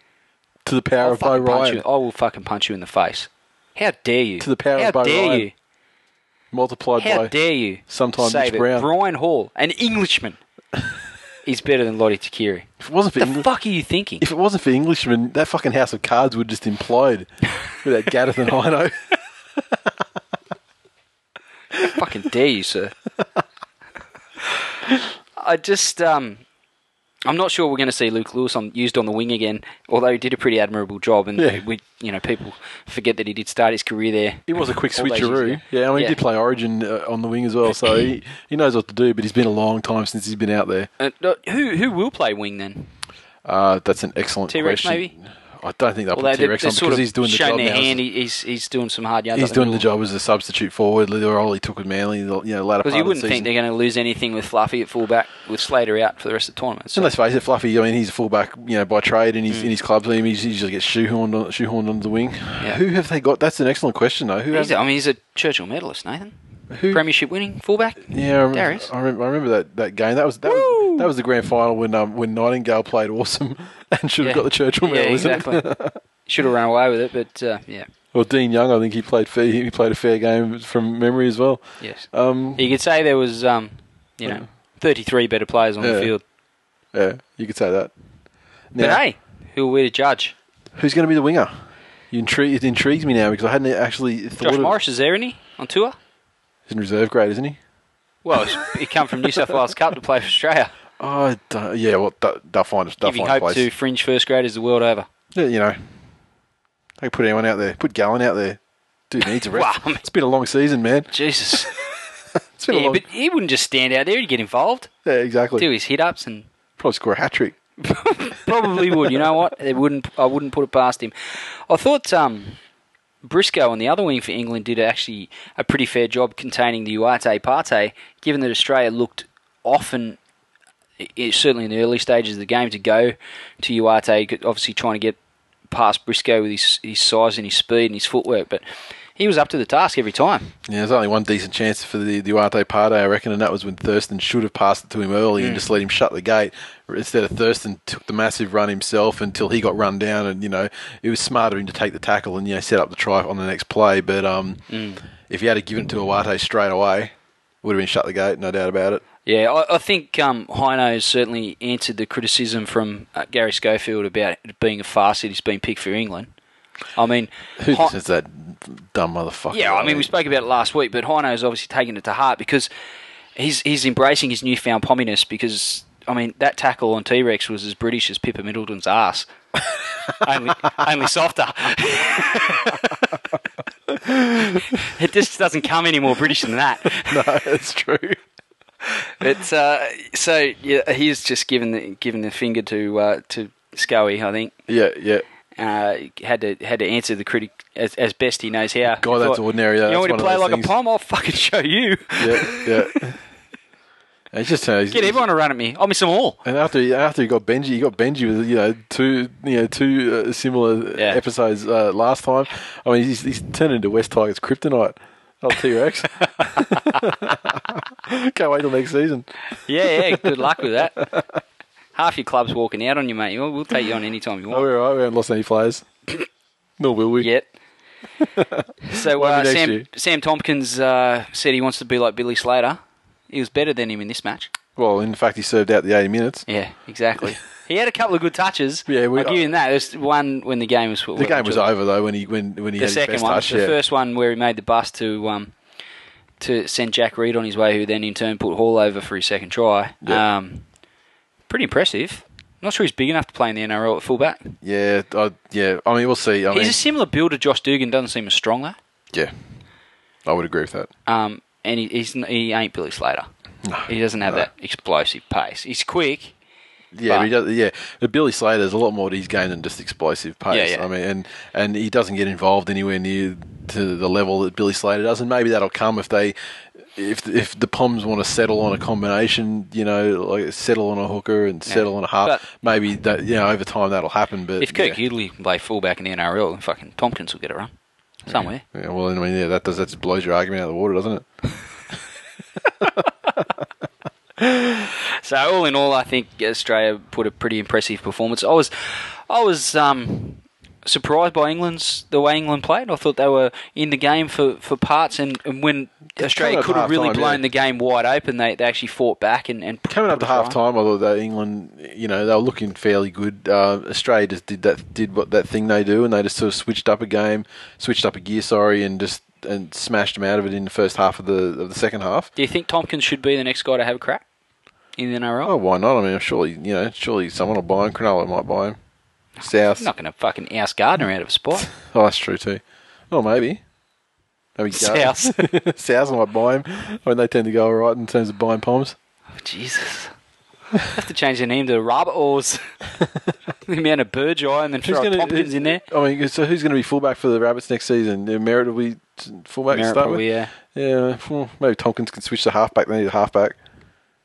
to the power I'll of Bo fucking punch you. Ryan. I will fucking punch you in the face. How dare you? To the power How of Bo dare Ryan. you? Multiplied How by dare you? sometime Save Mitch it. Brown. Brian Hall, an Englishman, is better than Lottie Takiri. if it wasn't for The Engli- fuck are you thinking? if it wasn't for Englishmen, that fucking house of cards would just implode with that Gaddeth and Hino. fucking dare you, sir? I just, um, I'm not sure we're going to see Luke Lewis on, used on the wing again. Although he did a pretty admirable job, and Yeah. we, you know, people forget that he did start his career there. It was a quick All those years switcheroo. ago. Yeah, I mean, Yeah. he did play Origin uh, on the wing as well, so he, he knows what to do. But he's been a long time since he's been out there. Uh, no, who who will play wing then? Uh, that's an excellent T-Rex, question. maybe? I don't think they'll Although put T Rex they're on sort because of he's doing the job showing their now. hand. He, he's he's doing some hard yards. He's up doing the middle. job as a substitute forward. The role he took with Manly, the, you know, latter part Because you of the wouldn't season. think they're going to lose anything with Fluffy at fullback, with Slater out for the rest of the tournament. So And let's face it, Fluffy. I mean, he's a fullback, you know, by trade, and Hmm. he's in his club team. He's, he usually gets shoehorned, on, shoehorned onto the wing. Who have they got? That's an excellent question, though. Who? he's a, have, I mean, he's a Churchill medalist, Nathan. Who- Premiership winning fullback. yeah, I remember, Darius? I remember. I remember that, that game. That was that, Woo! was that was the grand final when um, when Nightingale played awesome and should Yeah. have got the Churchill medal, Yeah, isn't it? exactly. Should have run away with it, but uh, yeah, Or Dean Young, I think he played fair, he played a fair game from memory as well. yes. Um, You could say there was, um, you know, 33 better players on the Yeah. field. yeah, you could say that. But Now, hey, who are we to judge? who's going to be the winger? You intri- it intrigues me now because I hadn't actually thought Josh of Morris is there, isn't he, on tour? He's in reserve grade, isn't he? Well, it's- he come from New South Wales Cup to play for Australia, Oh, I don't- yeah. Well, they'll- they'll find they'll giving find a hope place. to fringe first graders the world over. Yeah, you know, they can put anyone out there. Put Gallen out there. Dude needs a rest. Wow. It's been a long season, man. Jesus. It's been a yeah, long. but he wouldn't just stand out there. He'd get involved, yeah, do exactly. his hit-ups and Probably score a hat trick. Probably would. You know what? It wouldn't. I wouldn't put it past him. I thought um, Briscoe on the other wing for England did actually a pretty fair job containing the Uate Parte, given that Australia looked often, i- i- certainly in the early stages of the game, to go to Uate, obviously trying to get past Briscoe with his, his size and his speed and his footwork. But he was up to the task every time. Yeah, there's only one decent chance for the Duarte Pardo, I reckon, and that was when Thurston should have passed it to him early Mm. and just let him shut the gate. Instead of Thurston took the massive run himself until he got run down, and you know it was smart of him to take the tackle and you know set up the try on the next play. But um, Mm. if he had have given it to Duarte straight away, would have been shut the gate, no doubt about it. Yeah, I, I think um, Hino certainly answered the criticism from uh, Gary Schofield about it being a farce that he's been picked for England. I mean, Who Hi- says that dumb motherfucker? yeah, I mean, we spoke about it last week, but Hino's obviously taken it to heart because he's he's embracing his newfound pomminess because, I mean, that tackle on T Rex was as British as Pippa Middleton's ass. only, only softer. it just doesn't come any more British than that. no, it's true. It's uh, so yeah, he's just given the given the finger to uh, to Scully, I think. Yeah, yeah. Uh, had to had to answer the critic as, as best he knows how. God, that's ordinary, though. You want That's one me to play of those like things." a pom? I'll fucking show you. Yeah, yeah. It's just uh, Get everyone to run at me. I'll miss them all. And after after you got Benji, you got Benji with you know two you know two uh, similar Yeah. episodes uh, last time. I mean, he's, he's turned into West Tigers kryptonite. Old T Rex. Can't wait till next season. Yeah, yeah. Good luck with that. Half your club's walking out on you, mate. We'll, we'll take you on any time you Oh, want. we're all right. We haven't lost any players. Nor will we. Yet. So Won't be uh, next Sam year. Sam Tompkins uh, said he wants to be like Billy Slater. He was better than him in this match. Well, in fact, he served out the 80 minutes. Yeah, exactly. he had a couple of good touches. Yeah, we- I'll give him that. There's one when the game was The game was over though when he when when he The had second his best one, touch. the yeah. first one where he made the bust to um, to send Jack Reed on his way, who then in turn put Hall over for his second try. Yeah. Um, pretty impressive. Not sure he's big enough to play in the NRL at fullback. yeah, I, yeah. I mean, we'll see. I he's mean, a similar build to Josh Dugan. Doesn't seem as strong though. yeah, I would agree with that. Um, and he, he's n- he ain't Billy Slater. No, He doesn't have no. that explosive pace. He's quick. Yeah, But- but he does, yeah. But Billy Slater's a lot more to his game than just explosive pace. Yeah, yeah. I mean, and and he doesn't get involved anywhere near to the level that Billy Slater does, and maybe that'll come if they. If if the Poms want to settle on a combination, you know, like settle on a hooker and settle on a half, But- maybe that you know over time that'll happen. But If Kirk yeah, Hudley can play fullback in the NRL, then fucking Tompkins will get it run somewhere. yeah, well, I mean, yeah, that does that just blows your argument out of the water, doesn't it? So all in all, I think Australia put a pretty impressive performance. I was, I was um, surprised by England's the way England played. I thought they were in the game for, for parts, and, and when Australia up could have really half-time, blown yeah. the game wide open, they, they actually fought back and, and Coming up to put a try. half time, although they England, you know, they were looking fairly good. Uh, Australia just did that, did what that thing they do, and they just sort of switched up a game, switched up a gear, sorry, and just and smashed them out of it in the first half of the of the second half. Do you think Tompkins should be the next guy to have a crack in the NRL? Oh, why not? I mean, surely you know, surely someone will buy him. Cronulla might buy him. South. He's not going to fucking oust Gardner out of a spot. Oh, that's true too. Oh, maybe. Maybe go- South. South might buy him. I mean, they tend to go all right in terms of buying palms. Oh, Jesus. Have to change the name to Rabbit Oars. the amount of bird's eye and then throw a gonna- Tompkins in there. I mean, so who's going to be fullback for the Rabbits next season? Merritt will be fullback to Merritt start with. probably, yeah. Yeah, well, maybe Tompkins can switch to halfback. They need a halfback.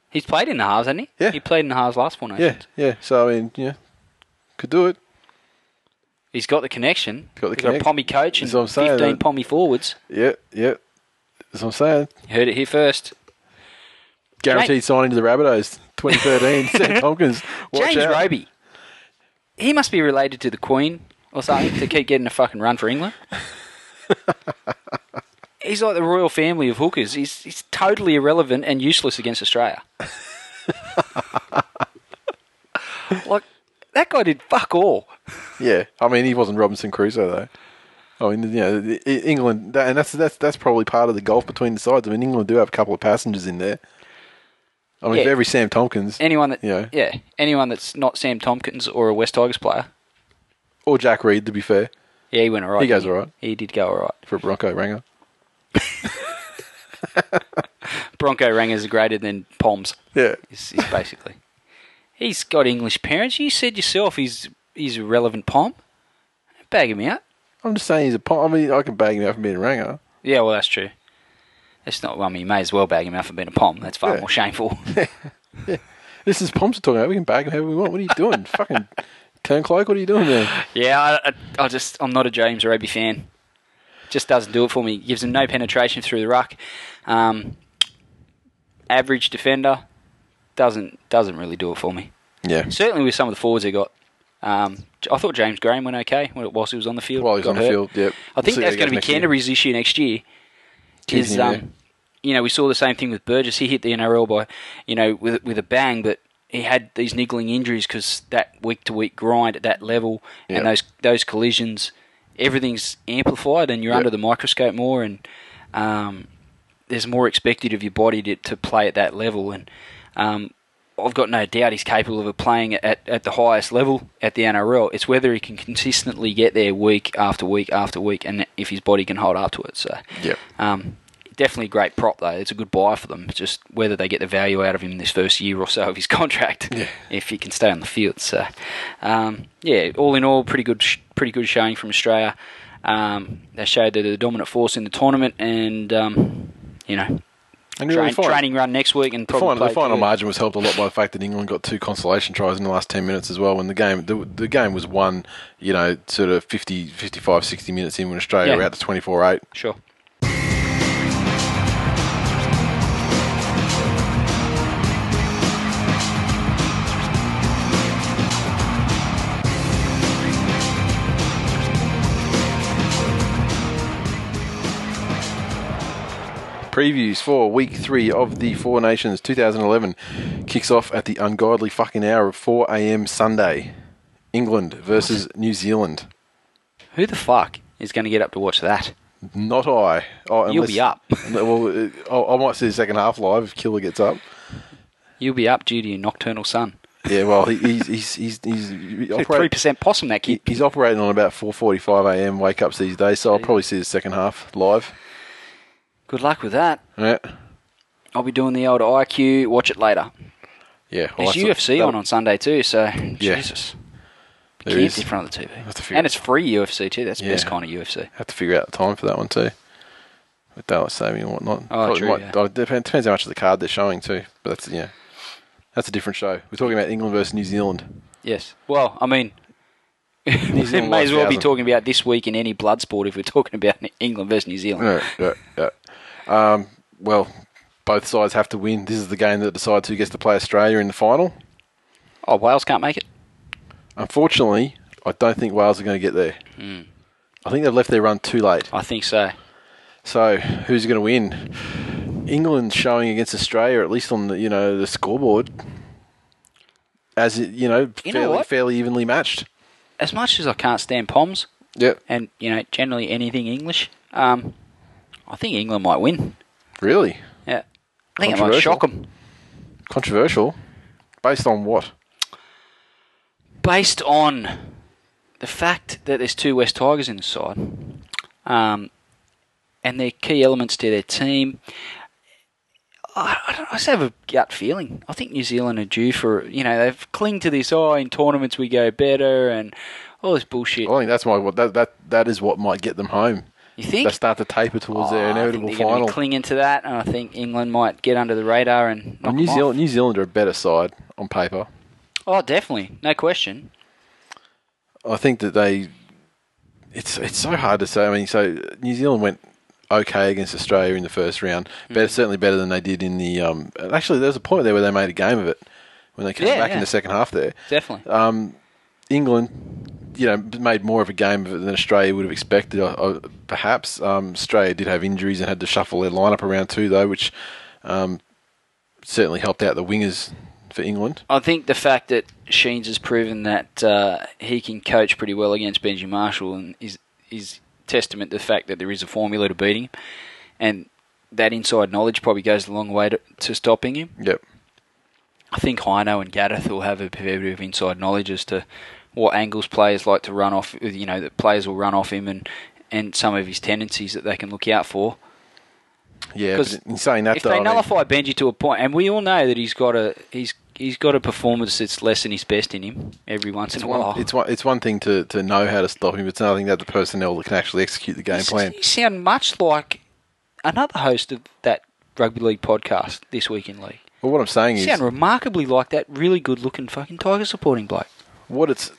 He's played in the halves, hasn't he? Yeah. He played in the halves last Four Yeah, Nations. yeah. So I mean, yeah, could do it. He's got the connection. Got the He's got a connect- Pommy coach and That's what I'm saying, 15 man. Pommy forwards. Yeah, yeah. That's what I'm saying. You heard it here first. Guaranteed signing to the Rabbitohs, 2013. Sam Tompkins. Watch James out. Roby. He must be related to the Queen or something to keep getting a fucking run for England. He's like the royal family of hookers. He's, he's totally irrelevant and useless against Australia. like, that guy did fuck all. Yeah, I mean, he wasn't Robinson Crusoe though. I mean, you know, the- E- England, that, and that's that's that's probably part of the gulf between the sides. I mean, England do have a couple of passengers in there. I mean, Yeah. if every Sam Tompkins Anyone that, Yeah. yeah, anyone that's not Sam Tompkins or a West Tigers player, or Jack Reed, to be fair, Yeah, he went all right. He goes didn't all right. He did go all right. for a Bronco Ranger. Bronco Rangers are greater than Poms. Yeah, Is, is basically. he's got English parents. You said yourself he's he's a relevant Pom. Bag him out. I'm just saying he's a. pom- I mean, I can bag him out for being a Ranger. Yeah, well that's true. That's not. Well, I mean, you may as well bag him out for being a Pom. That's far Yeah. more shameful. This is Pomps talking about. We can bag him however we want. What are you doing? Fucking turn cloak. What are you doing there? yeah, I, I, I just I'm not a James Roby fan. just doesn't do it for me. Gives them no penetration through the ruck. Um, average defender doesn't doesn't really do it for me. Yeah. Certainly with some of the forwards they got. Um, I thought James Graham went okay when- whilst he was on the field. While he's got on the hurt. field, yep. I We'll think see that's how he going to be goes next year. Canterbury's issue next year. Is Continue, yeah. um, you know, we saw the same thing with Burgess. He hit the NRL by, you know, with with a bang, but he had these niggling injuries because that week to week grind at that level Yeah. and those those collisions, everything's amplified, and you're Yeah. under the microscope more, and um, there's more expected of your body to, to play at that level, and um, I've got no doubt he's capable of playing at, at the highest level at the NRL. It's whether he can consistently get there week after week after week, and if his body can hold up to it. So, Yep. um, definitely a great prop though. It's a good buy for them. It's Just whether they get the value out of him this first year or so of his contract, Yeah. if he can stay on the field. So, um, yeah, all in all, pretty good, sh- pretty good showing from Australia. Um, they showed that they're the dominant force in the tournament, and um, you know, And really train- fine. training run next week, and The probably final, the play- final margin was helped a lot by the fact that England got two consolation tries in the last 10 minutes as well when the game the, the game was won, you know, sort of 50, 55, 60 minutes in when Australia Yeah. were out to 24-8. Sure. Previews for week three of the Four Nations 2011 kicks off at the ungodly fucking hour of 4 a.m. Sunday. England versus New Zealand. Who the fuck is going to get up to watch that? Not I. Oh, You'll be up. No, well, it- I I might see the second half live if Killer gets up. You'll be up due to your nocturnal sun. Yeah, well, he, he's he's he's, he's, he's Three percent possum that He- kid. He's operating on about 4:45 a.m. wake ups these days, so I'll probably see the second half live. Good luck with that. Yeah, I'll be doing the old IQ. Watch it later. yeah. well, There's that's- UFC that- on on Sunday too, so Yeah, Jesus, there camped is. in front of the have to TV, figure it and it's free UFC too. That's the best Yeah. kind of UFC. Have to figure out the time for that one too, with daylight saving and whatnot. Oh, Probably true, might- yeah. oh, it depends, depends how much of the card they're showing too, but that's yeah, that's a different show. We're talking about England versus New Zealand. Yes. Well, I mean, we Zealand may as well be 1000. talking about this week in any blood sport if we're talking about England versus New Zealand. Yeah, yeah, yeah. Um, well, both sides have to win. This is the game that decides who gets to play Australia in the final. Oh, Wales can't make it. Unfortunately, I don't think Wales are going to get there. Hmm. I think they've left their run too late. I think so. So who's going to win? England showing against Australia, at least on the you know the scoreboard, as it, you know You know fairly what? fairly evenly matched. As much as I can't stand Poms Yep. and you know generally anything English, um, I think England might win. Really Yeah, I think it might Controversial. shock them. controversial. Based on what? based on the fact that there's two West Tigers in the side, um, and their key elements to their team, I, I, don't, I just have a gut feeling. I think New Zealand are due for you know they've clinged to this. Oh, in tournaments we go better and all this bullshit. I think that's my what that that that is what might get them home. You think? They start to taper towards Oh, their I think inevitable they're gonna final. Be clinging to that, and I think England might get under the radar and knock New 'em off. Zealand, New Zealand are a better side on paper. Oh, definitely, no question. I think that they. It's it's so hard to say. I mean, so New Zealand went okay against Australia in the first round, Hmm. better certainly better than they did in the. Um, actually, there was a point there where they made a game of it when they came Yeah, back yeah. in the second half. There, Um, Definitely. England, you know, made more of a game of it than Australia would have expected. I, I, perhaps um, Australia did have injuries and had to shuffle their lineup around too, though, which um, certainly helped out the wingers for England. I think the fact that Sheens has proven that uh, he can coach pretty well against Benji Marshall and is is testament to the fact that there is a formula to beating him, and that inside knowledge probably goes a long way to, to stopping him. Yep. I think Hino and Gaddith will have a fair bit of inside knowledge as to what angles players like to run off. You know that players will run off him and and some of his tendencies that they can look out for. Yeah. 'Cause But in saying that, If though, I they mean- nullify Benji to a point, and we all know that he's got a he's he's got a performance that's less than his best in him every once in It's a one, while. it's one. It's one thing to, to know how to stop him. It's another thing to have the personnel that can actually execute the game This is- plan. You sound much like another host of that rugby league podcast this week in league. Well, what I'm saying You is, sound remarkably like that really good looking fucking tiger supporting bloke. what it's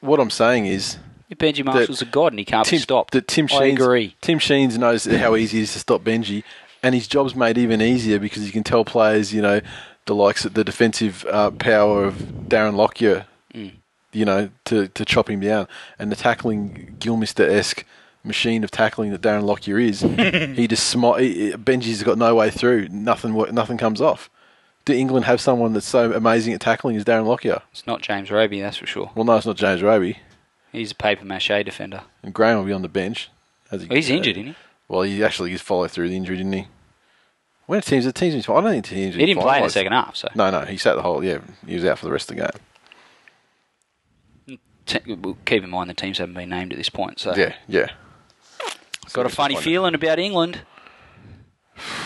what I'm saying is, Benji Marshall's a god and he can't Tim, be stopped. That Tim I Sheens, agree. Tim Sheens knows how easy it is to stop Benji, and his job's made even easier because you can tell players, you know, the likes of the defensive uh, power of Darren Lockyer, Mm. you know, to, to chop him down. And the tackling Gilmister esque machine of tackling that Darren Lockyer is, he just smi- he- he- Benji's got no way through. Nothing wo- nothing comes off. Do England have someone that's so amazing at tackling as Darren Lockyer? It's not James Roby, that's for sure. Well, no, it's not James Roby. He's a paper mache defender. And Graham will be on the bench. As he- Well, he's injured, isn't he? Well, he actually did follow through the injury, didn't he? When did teams, the teams, I don't think teams. He didn't play in the second half, so No, no, he sat the whole. Yeah, he was out for the rest of the game. Te- well, keep in mind the teams haven't been named at this point. So Yeah, yeah. got a funny feeling about England.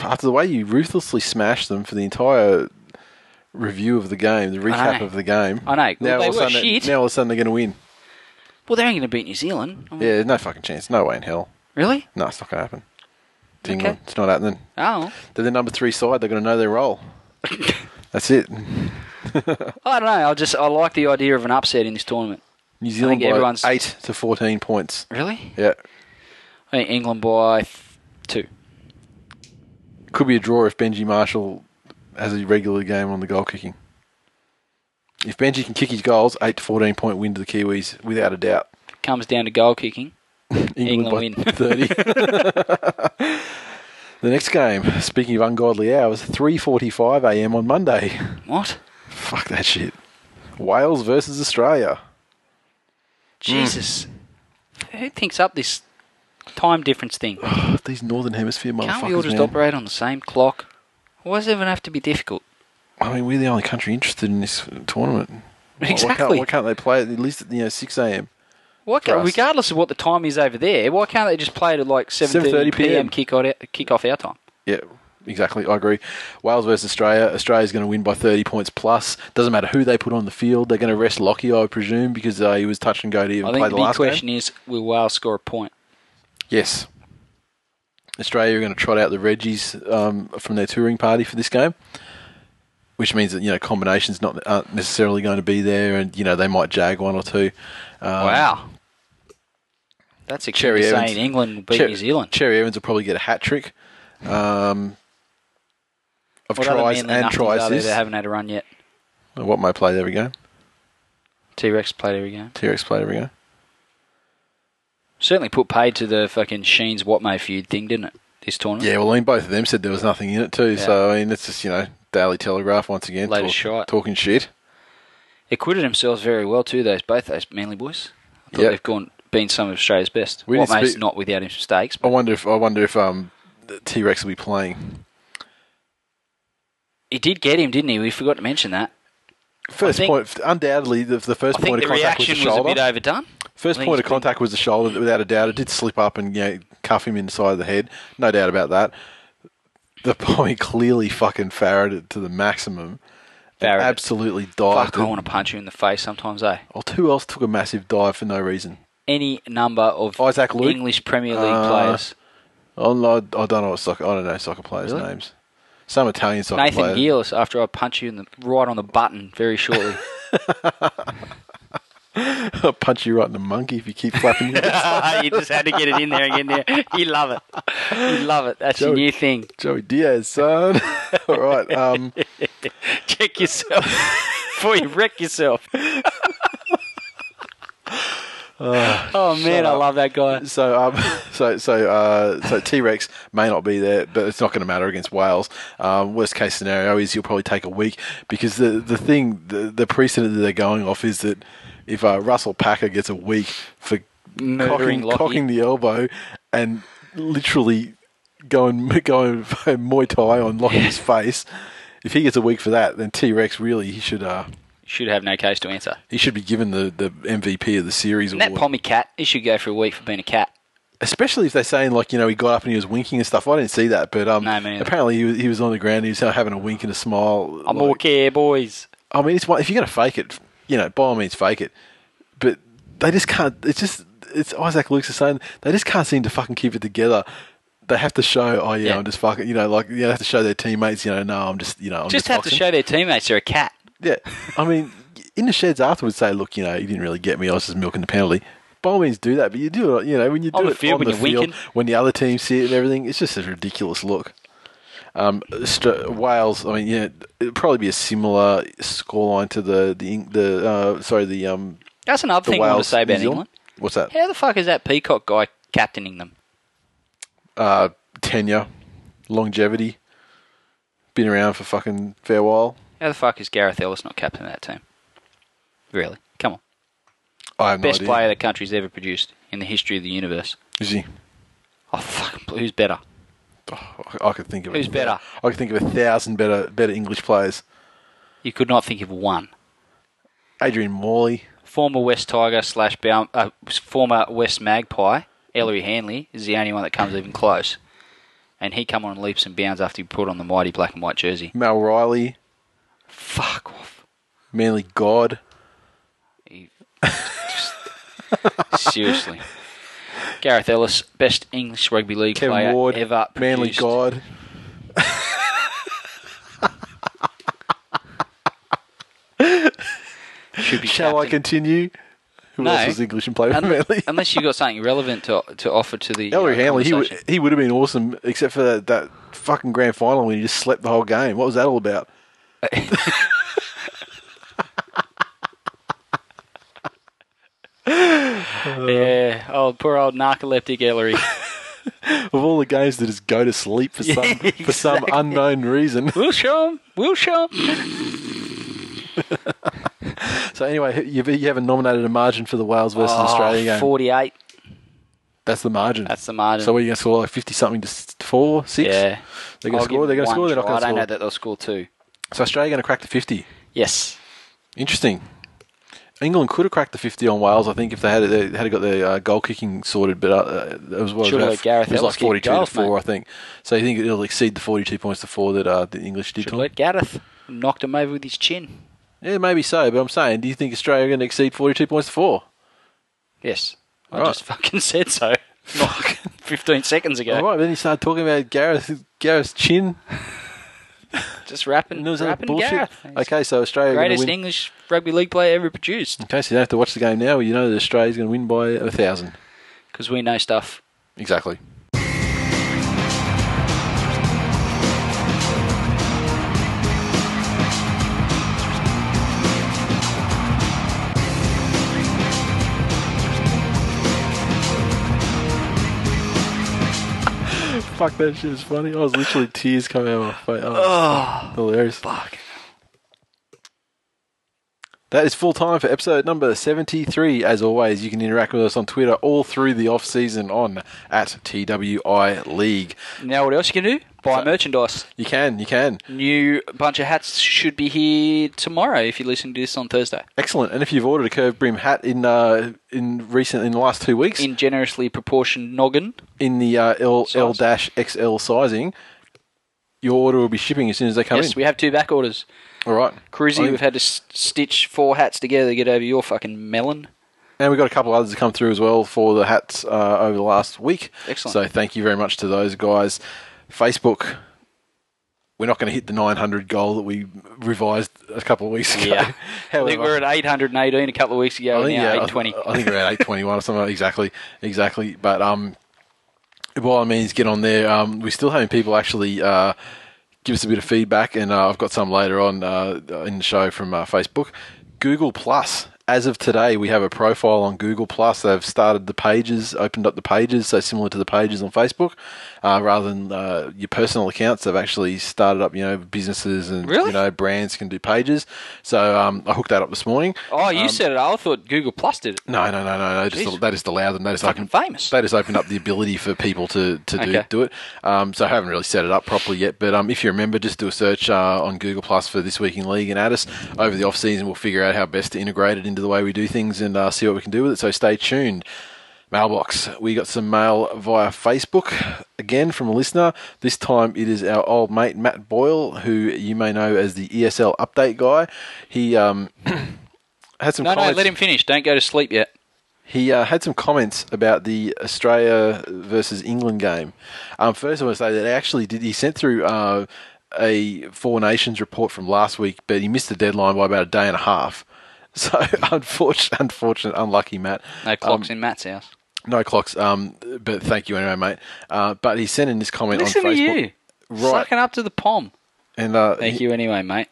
after the way you ruthlessly smashed them for the entire review of the game, the recap know. of the game. I know. Well, they all of a were sudden, shit. now all of a sudden they're going to win. Well, they ain't going to beat New Zealand. I mean, Yeah, no fucking chance. No way in hell. Really? No, it's not going to happen. It's Okay. England. It's not happening. Oh, They're the number three side. They're going to know their role. That's it. I don't know. I just I like the idea of an upset in this tournament. New Zealand by everyone's- eight to fourteen points. Really? Yeah, I think England by th- two. could be a draw if Benji Marshall has a regular game on the goal kicking. If Benji can kick his goals, eight to fourteen point win to the Kiwis without a doubt. Comes down to goal kicking. England by win. thirty. the next game. Speaking of ungodly hours, three forty-five a.m. on Monday. Hmm. What? Fuck that shit. Wales versus Australia. Jesus. Who thinks up this time difference thing? These Northern Hemisphere Can't we all motherfuckers. just man. operate on the same clock? Why does it even have to be difficult? I mean, we're the only country interested in this tournament. Why- Why Exactly. can't, why can't they play at least at you know six a.m. Why For can't, us. regardless of what the time is over there, why can't they just play it at like 7.30 7:30 p.m. PM. Kick, out, kick off our time? Yeah, exactly. I agree. Wales versus Australia. Australia's going to win by 30 points plus. Doesn't matter who they put on the field. They're going to rest Lockie, I presume, because uh, he was touch and go to even I play think the the big last question game. is, will Wales score a point? Yes. Australia are going to trot out the Reggies um, from their touring party for this game, which means that you know combinations not aren't necessarily going to be there, and you know they might jag one or two. Um, wow. That's a Cherry cherry saying Evans. England will beat Cher- New Zealand. Cherry Evans will probably get a hat trick um, of What other tries manly and nothings try are there that assists. haven't had a run yet? What may play every game? T-Rex played every game. T Rex played every game. Certainly put paid to the fucking Sheens Watmay feud thing, didn't it? This tournament. Yeah, well, I mean, both of them said there was nothing in it too. So I mean, it's just you know Daily Telegraph once again Latest shite. talking shit. Acquitted themselves very well too. Those both those Manly boys. I thought Yeah. they've gone been some of Australia's best. We didn't Watmay's speak- not without his mistakes, I but wonder if I wonder if um T Rex will be playing he did get him, didn't he? We forgot to mention that. first I think- point. Undoubtedly, the, the first I think point the of contact was the reaction was a shoulder. bit overdone. first point I think of he's been- contact was the shoulder, without a doubt. It did slip up and you know, cuff him inside the head. No doubt about that. The point clearly fucking farrowed it to the maximum. Farrowed it. Absolutely dived. Fuck, I want to punch you in the face sometimes, eh? Or who else took a massive dive for no reason? Any number of Isaac Luke? English Premier League Uh, players. Oh, no, I don't know what soccer. I don't know soccer players' Really? names. Some Italian soccer Nathan player. Gearless, after I punch you in the right on the button very shortly. I'll punch you right in the monkey if you keep flapping your wrist. you just had to get it in there and get in there. You love it. You love it. That's your Joey. new thing. Joey Diaz, son. All right. Um, Check yourself before you wreck yourself. Ah, oh man, I love that guy. so, um, so, so, uh, so T Rex may not be there, but it's not going to matter against Wales. Um, worst case scenario is he'll probably take a week because the the thing, the, the precedent that they're going off is that if uh, Russell Packer gets a week for Murdering cocking, Lockie. cocking the elbow and literally going going Muay Thai on Lockie's face, if he gets a week for that, then T Rex really he should uh, Should have no case to answer. he should be given the, the MVP of the series And that award. Pommy cat, he should go for a week for being a cat. Especially if they're saying like you know he got up and he was winking and stuff. I didn't see that, but um, No, me neither. apparently he was, he was on the ground. He was having a wink and a smile. I'm like- okay, boys. I mean, it's one, if you're going to fake it, you know, by all means, fake it. But they just can't. It's just it's Isaac Luke's the same. They just can't seem to fucking keep it together. They have to show, oh yeah, Yeah. I'm just fucking, you know, like you know, they have to show their teammates, you know, no, I'm just, you know, I'm Just just, have to boxing. show their teammates they're a cat. Yeah, I mean, in the sheds afterwards, say, look, you know, you didn't really get me. I was just milking the penalty. by all means do that, but you do it. You know, when you do On the it on field, when the you're field, winking. when the other team see it and everything, it's just a ridiculous look. Um, St- Wales. I mean, yeah, it'd probably be a similar scoreline to the the Eng- the uh, sorry the um That's another the thing I want Wales to say about New Zealand. England. What's that? How the fuck is that Peacock guy captaining them? Uh, tenure, longevity, been around for fucking fair while. How the fuck is Gareth Ellis not captain of that team? Really? Come on. I have no Best idea. player the country's ever produced in the history of the universe. Is he? Oh, fuck. Who's better? I could think of Who's a, better? I could think of a thousand better better English players. You could not think of one. Adrian Morley. Former West Tiger slash Baum, uh, former West Magpie, Ellery Hanley, is the only one that comes even close. And he come on leaps and bounds after he put on the mighty black and white jersey. Mal Riley, Fuck off. Manly God. He- just- seriously. Gareth Ellis, best English rugby league Kevin player Ward, ever Manly produced. God. Should be Shall I captain. continue? Who No. else was English and played for Un- Manly? Unless you got something relevant to to offer to the Ellery uh, Hanley, he would, conversation. he would have been awesome, except for that, that fucking grand final when he just slept the whole game. What was that all about? Uh. yeah, old poor old narcoleptic Ellery. Of all the games to just go to sleep for some for some unknown reason. we'll show him. We'll show him. So anyway, you, you haven't nominated a margin for the Wales versus Australia game. Forty-eight. That's the margin. Oh, That's the margin. So what are you going to score like fifty something to s- four, six? yeah, They're going I'll to score. give They're going to one score. They're not try. I going don't know to score. that they'll score two. So Australia going to crack the fifty. Yes. Interesting. England could have cracked the 50 on Wales, I think, if they had they had got their uh, goal kicking sorted, but uh, it was, what, Should it have was, let Gareth it was Ellis like kick 42 goals, to 4, mate. I think. So you think it'll exceed the 42 points to 4 that uh, the English did? Should Tom? let Gareth knocked him over with his chin. Yeah, maybe so, but I'm saying, do you think Australia are going to exceed 42 points to 4? Yes. I Right. just fucking said so. Not fifteen seconds ago. All right, then you start talking about Gareth Gareth's chin. Just rapping, And there was that rapping bullshit. Gareth. Okay, so Australia are going to Greatest win. English rugby league player ever produced. Okay, so you don't have to watch the game now. You know that Australia's going to win by a 1,000. Because we know stuff. Exactly. Fuck that shit is funny. I was literally tears coming out of my face. Oh, hilarious. Fuck. That is full time for episode number 73. As always, you can interact with us on Twitter all through the off season on at TWI League. Now, what else you can do? Buy merchandise. You can, you can. New bunch of hats should be here tomorrow if you listen to this on Thursday. Excellent. And if you've ordered a curved brim hat in uh, in recent in the last two weeks in, In generously proportioned noggin. the uh, L Size. L dash XL sizing, your order will be shipping as soon as they come in. yes, we have two back orders. All right, I Cruzy, think- we've had to s- stitch four hats together to get over your fucking melon. And we've got a couple others to come through as well for the hats uh, over the last week. Excellent. So thank you very much to those guys. Facebook, we're not going to hit the 900 goal that we revised a couple of weeks ago. I think we were However, at 818 a couple of weeks ago, I and think, now yeah, I- 820. I think we're at 821 or something. Exactly, exactly. But um, by all means, get on there. Um, we're still having people actually uh, give us a bit of feedback, and uh, I've got some later on uh, in the show from uh, Facebook. Google Plus. As of today, we have a profile on Google Plus. They've started the pages, opened up the pages, so similar to the pages on Facebook, uh, rather than uh, your personal accounts. They've actually started up, you know, businesses and Really? you know brands can do pages. So um, I hooked that up this morning. oh, um, you said it. I thought Google Plus did it. No, no, no, no, no. Just, Jeez. that just allowed them. That just Fucking opened, famous. That just opened up the ability for people to, to do, Okay. do it. Um, so I haven't really set it up properly yet. But um, if you remember, just do a search uh, on Google Plus for This Week in League and add us. Over the off season, we'll figure out how best to integrate it into the way we do things and uh, see what we can do with it. So stay tuned. Mailbox. We got some mail via Facebook again from a listener. This time it is our old mate Matt Boyle, who you may know as the ESL update guy. He um, had some No, no, comments. let him finish. Don't go to sleep yet. He uh, had some comments about the Australia versus England game. Um, first, I want to say that he actually did. He sent through uh, a Four Nations report from last week, but he missed the deadline by about a day and a half. So unfortunate, unfortunate, unlucky, Matt. No clocks in Matt's house. No clocks. Um, but thank you anyway, mate. Uh, but he sent in this comment Listen on to Facebook. you. Right. Sucking up to the pom. And uh, Thank he- you anyway, mate.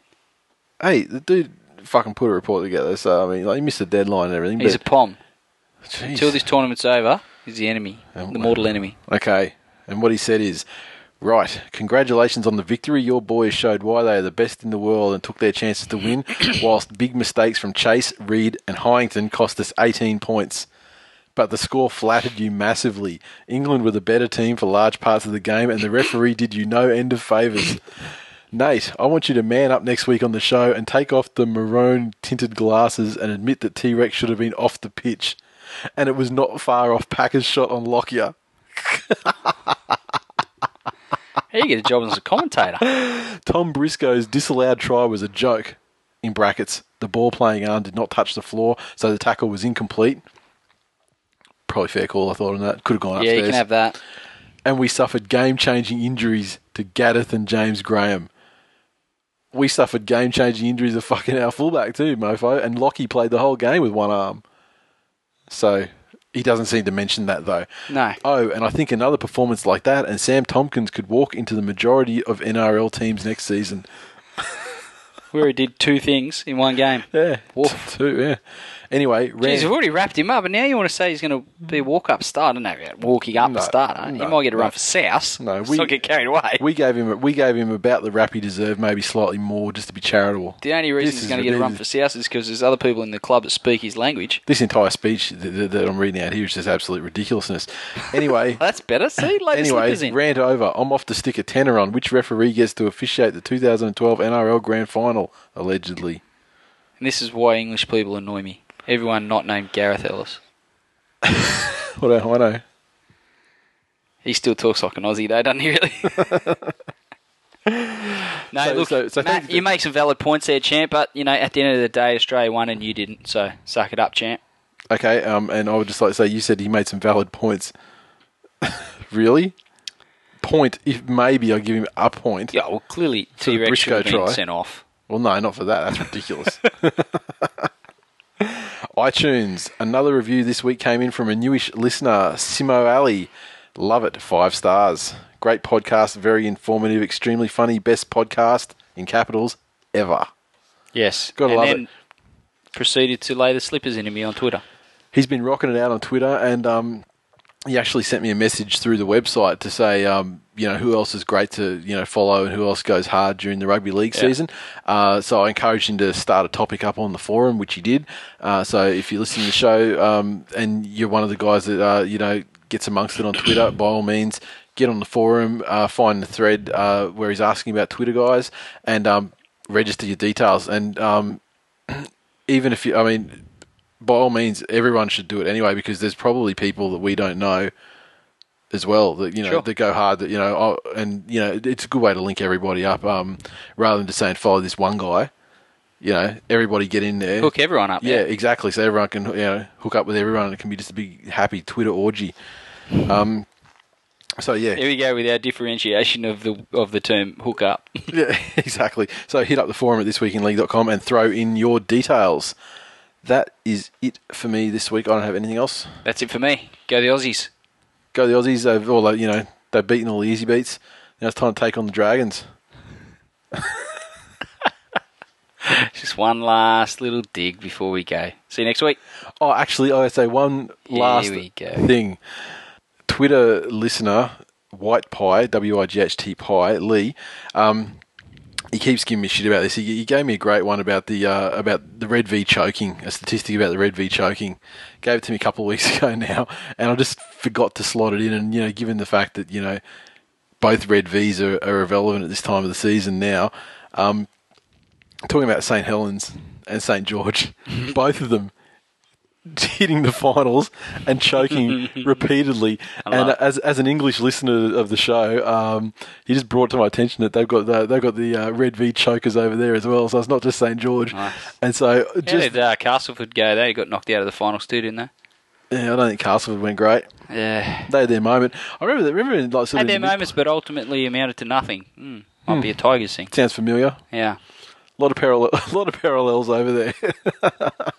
Hey, the dude fucking put a report together. So I mean, like, he missed the deadline and everything. He's a but, pom. Jeez. Until this tournament's over, he's the enemy, Um, the mortal enemy. Okay. And what he said is, right, congratulations on the victory. Your boys showed why they are the best in the world and took their chances to win, whilst big mistakes from Chase, Reed, and Hyington cost us 18 points. But the score flattered you massively. England were the better team for large parts of the game, and the referee did you no end of favours. Nate, I want you to man up next week on the show and take off the maroon tinted glasses and admit that T Rex should have been off the pitch. And it was not far off Packer's shot on Lockyer. How you get a job as a commentator? Tom Briscoe's disallowed try was a joke. In brackets, the ball playing arm did not touch the floor, so the tackle was incomplete. Probably fair call, I thought, on that. Could have gone yeah, upstairs. you can have that. And we suffered game changing injuries to Gaddeth and James Graham. We suffered game changing injuries to fucking our fullback, too, mofo. And Lockie played the whole game with one arm. So he doesn't seem to mention that, though. No. Oh, and I think another performance like that, and Sam Tompkins could walk into the majority of NRL teams next season. Where he did two things in one game. Yeah. Woof. T- Two, yeah. Anyway, Ram- Jeez, we've already wrapped him up, and now you want to say he's going to be a walk-up starter? No, we're walking up No, starter. no, he might get a no. run for South. No, Let's we- not get carried away. we gave him we gave him about the rap he deserved, maybe slightly more, just to be charitable. the only reason This he's is going to get a run for ridiculous. South is because there's other people in the club that speak his language. This entire speech that, that, that I'm reading out here is just absolute ridiculousness. Anyway, That's better. See, lay the anyway, slippers in. rant over. I'm off to stick a tenner on which referee gets to officiate the 2012 NRL Grand Final, allegedly. and this is why English people annoy me. Everyone not named Gareth Ellis. What do I know? He still talks like an Aussie, though, doesn't he? Really? no, So- look, so- so thank Matt, you- you make some valid points there, champ. But you know, at the end of the day, Australia won, and you didn't. So suck it up, champ. Okay, um, and I would just like to say you said he made some valid points. really? Point? If maybe I give him a point. Yeah, well, clearly So the T Rex should have Briscoe been try. sent off. Well, no, not for that. That's ridiculous. iTunes. Another review this week came in from a newish listener, Simo Ali. Love it. Five stars. Great podcast. Very informative. Extremely funny. Best podcast in capitals ever. Yes, Gotta and love then Proceeded to lay the slippers into me on Twitter. He's been rocking it out on Twitter, and um, he actually sent me a message through the website to say, um, you know, who else is great to you know follow and who else goes hard during the rugby league season. Uh, so I encouraged him to start a topic up on the forum, which he did. Uh, so if you listen to the show um, and you're one of the guys that uh, you know gets amongst it on Twitter, by all means. Get on the forum, uh, find the thread uh, where he's asking about Twitter guys, and um, register your details. And um, even if you, I mean, by all means, everyone should do it anyway because there's probably people that we don't know as well that you know Sure. that go hard that you know oh, and you know it's a good way to link everybody up um, rather than just saying follow this one guy. You know, everybody get in there. Hook everyone up. yeah, exactly. So everyone can you know hook up with everyone. and It can be just a big happy Twitter orgy. Um, so yeah, Here we go with our differentiation of the of the term hook up. Yeah, exactly. So hit up the forum at thisweekinleague.com and throw in your details. That is it for me this week. I don't have anything else. That's it for me. Go the Aussies. Go the Aussies. They've all, you know, they've beaten all the easy beats. Now it's time to take on the Dragons. Just one last little dig before we go. See you next week. Oh, actually, I say one Here last we go. thing. Twitter listener White Pie W I G H T Pie Lee, um, he keeps giving me shit about this. He, he gave me a great one about the uh, about the red V choking, a statistic about the red V choking. Gave it to me a couple of weeks ago now, and I just forgot to slot it in. And you know, given the fact that you know both red Vs are, are irrelevant at this time of the season now. Um, talking about St Helens and St George, both of them hitting the finals and choking repeatedly. And as as an English listener of the show, um, he just brought to my attention that they've got the, they've got the uh, red V chokers over there as well. So it's not just St George. Nice. And so How just did uh, Castleford go there? He got knocked out of the finals too, didn't they? yeah, I don't think Castleford went great. Yeah. They had their moment. I remember that. Remember in, like sort Had of their mid- Hmm. moments, but ultimately amounted to nothing. Hmm. Might be a Tigers thing. sounds familiar. Yeah. lot of parallel, lot of parallels over there.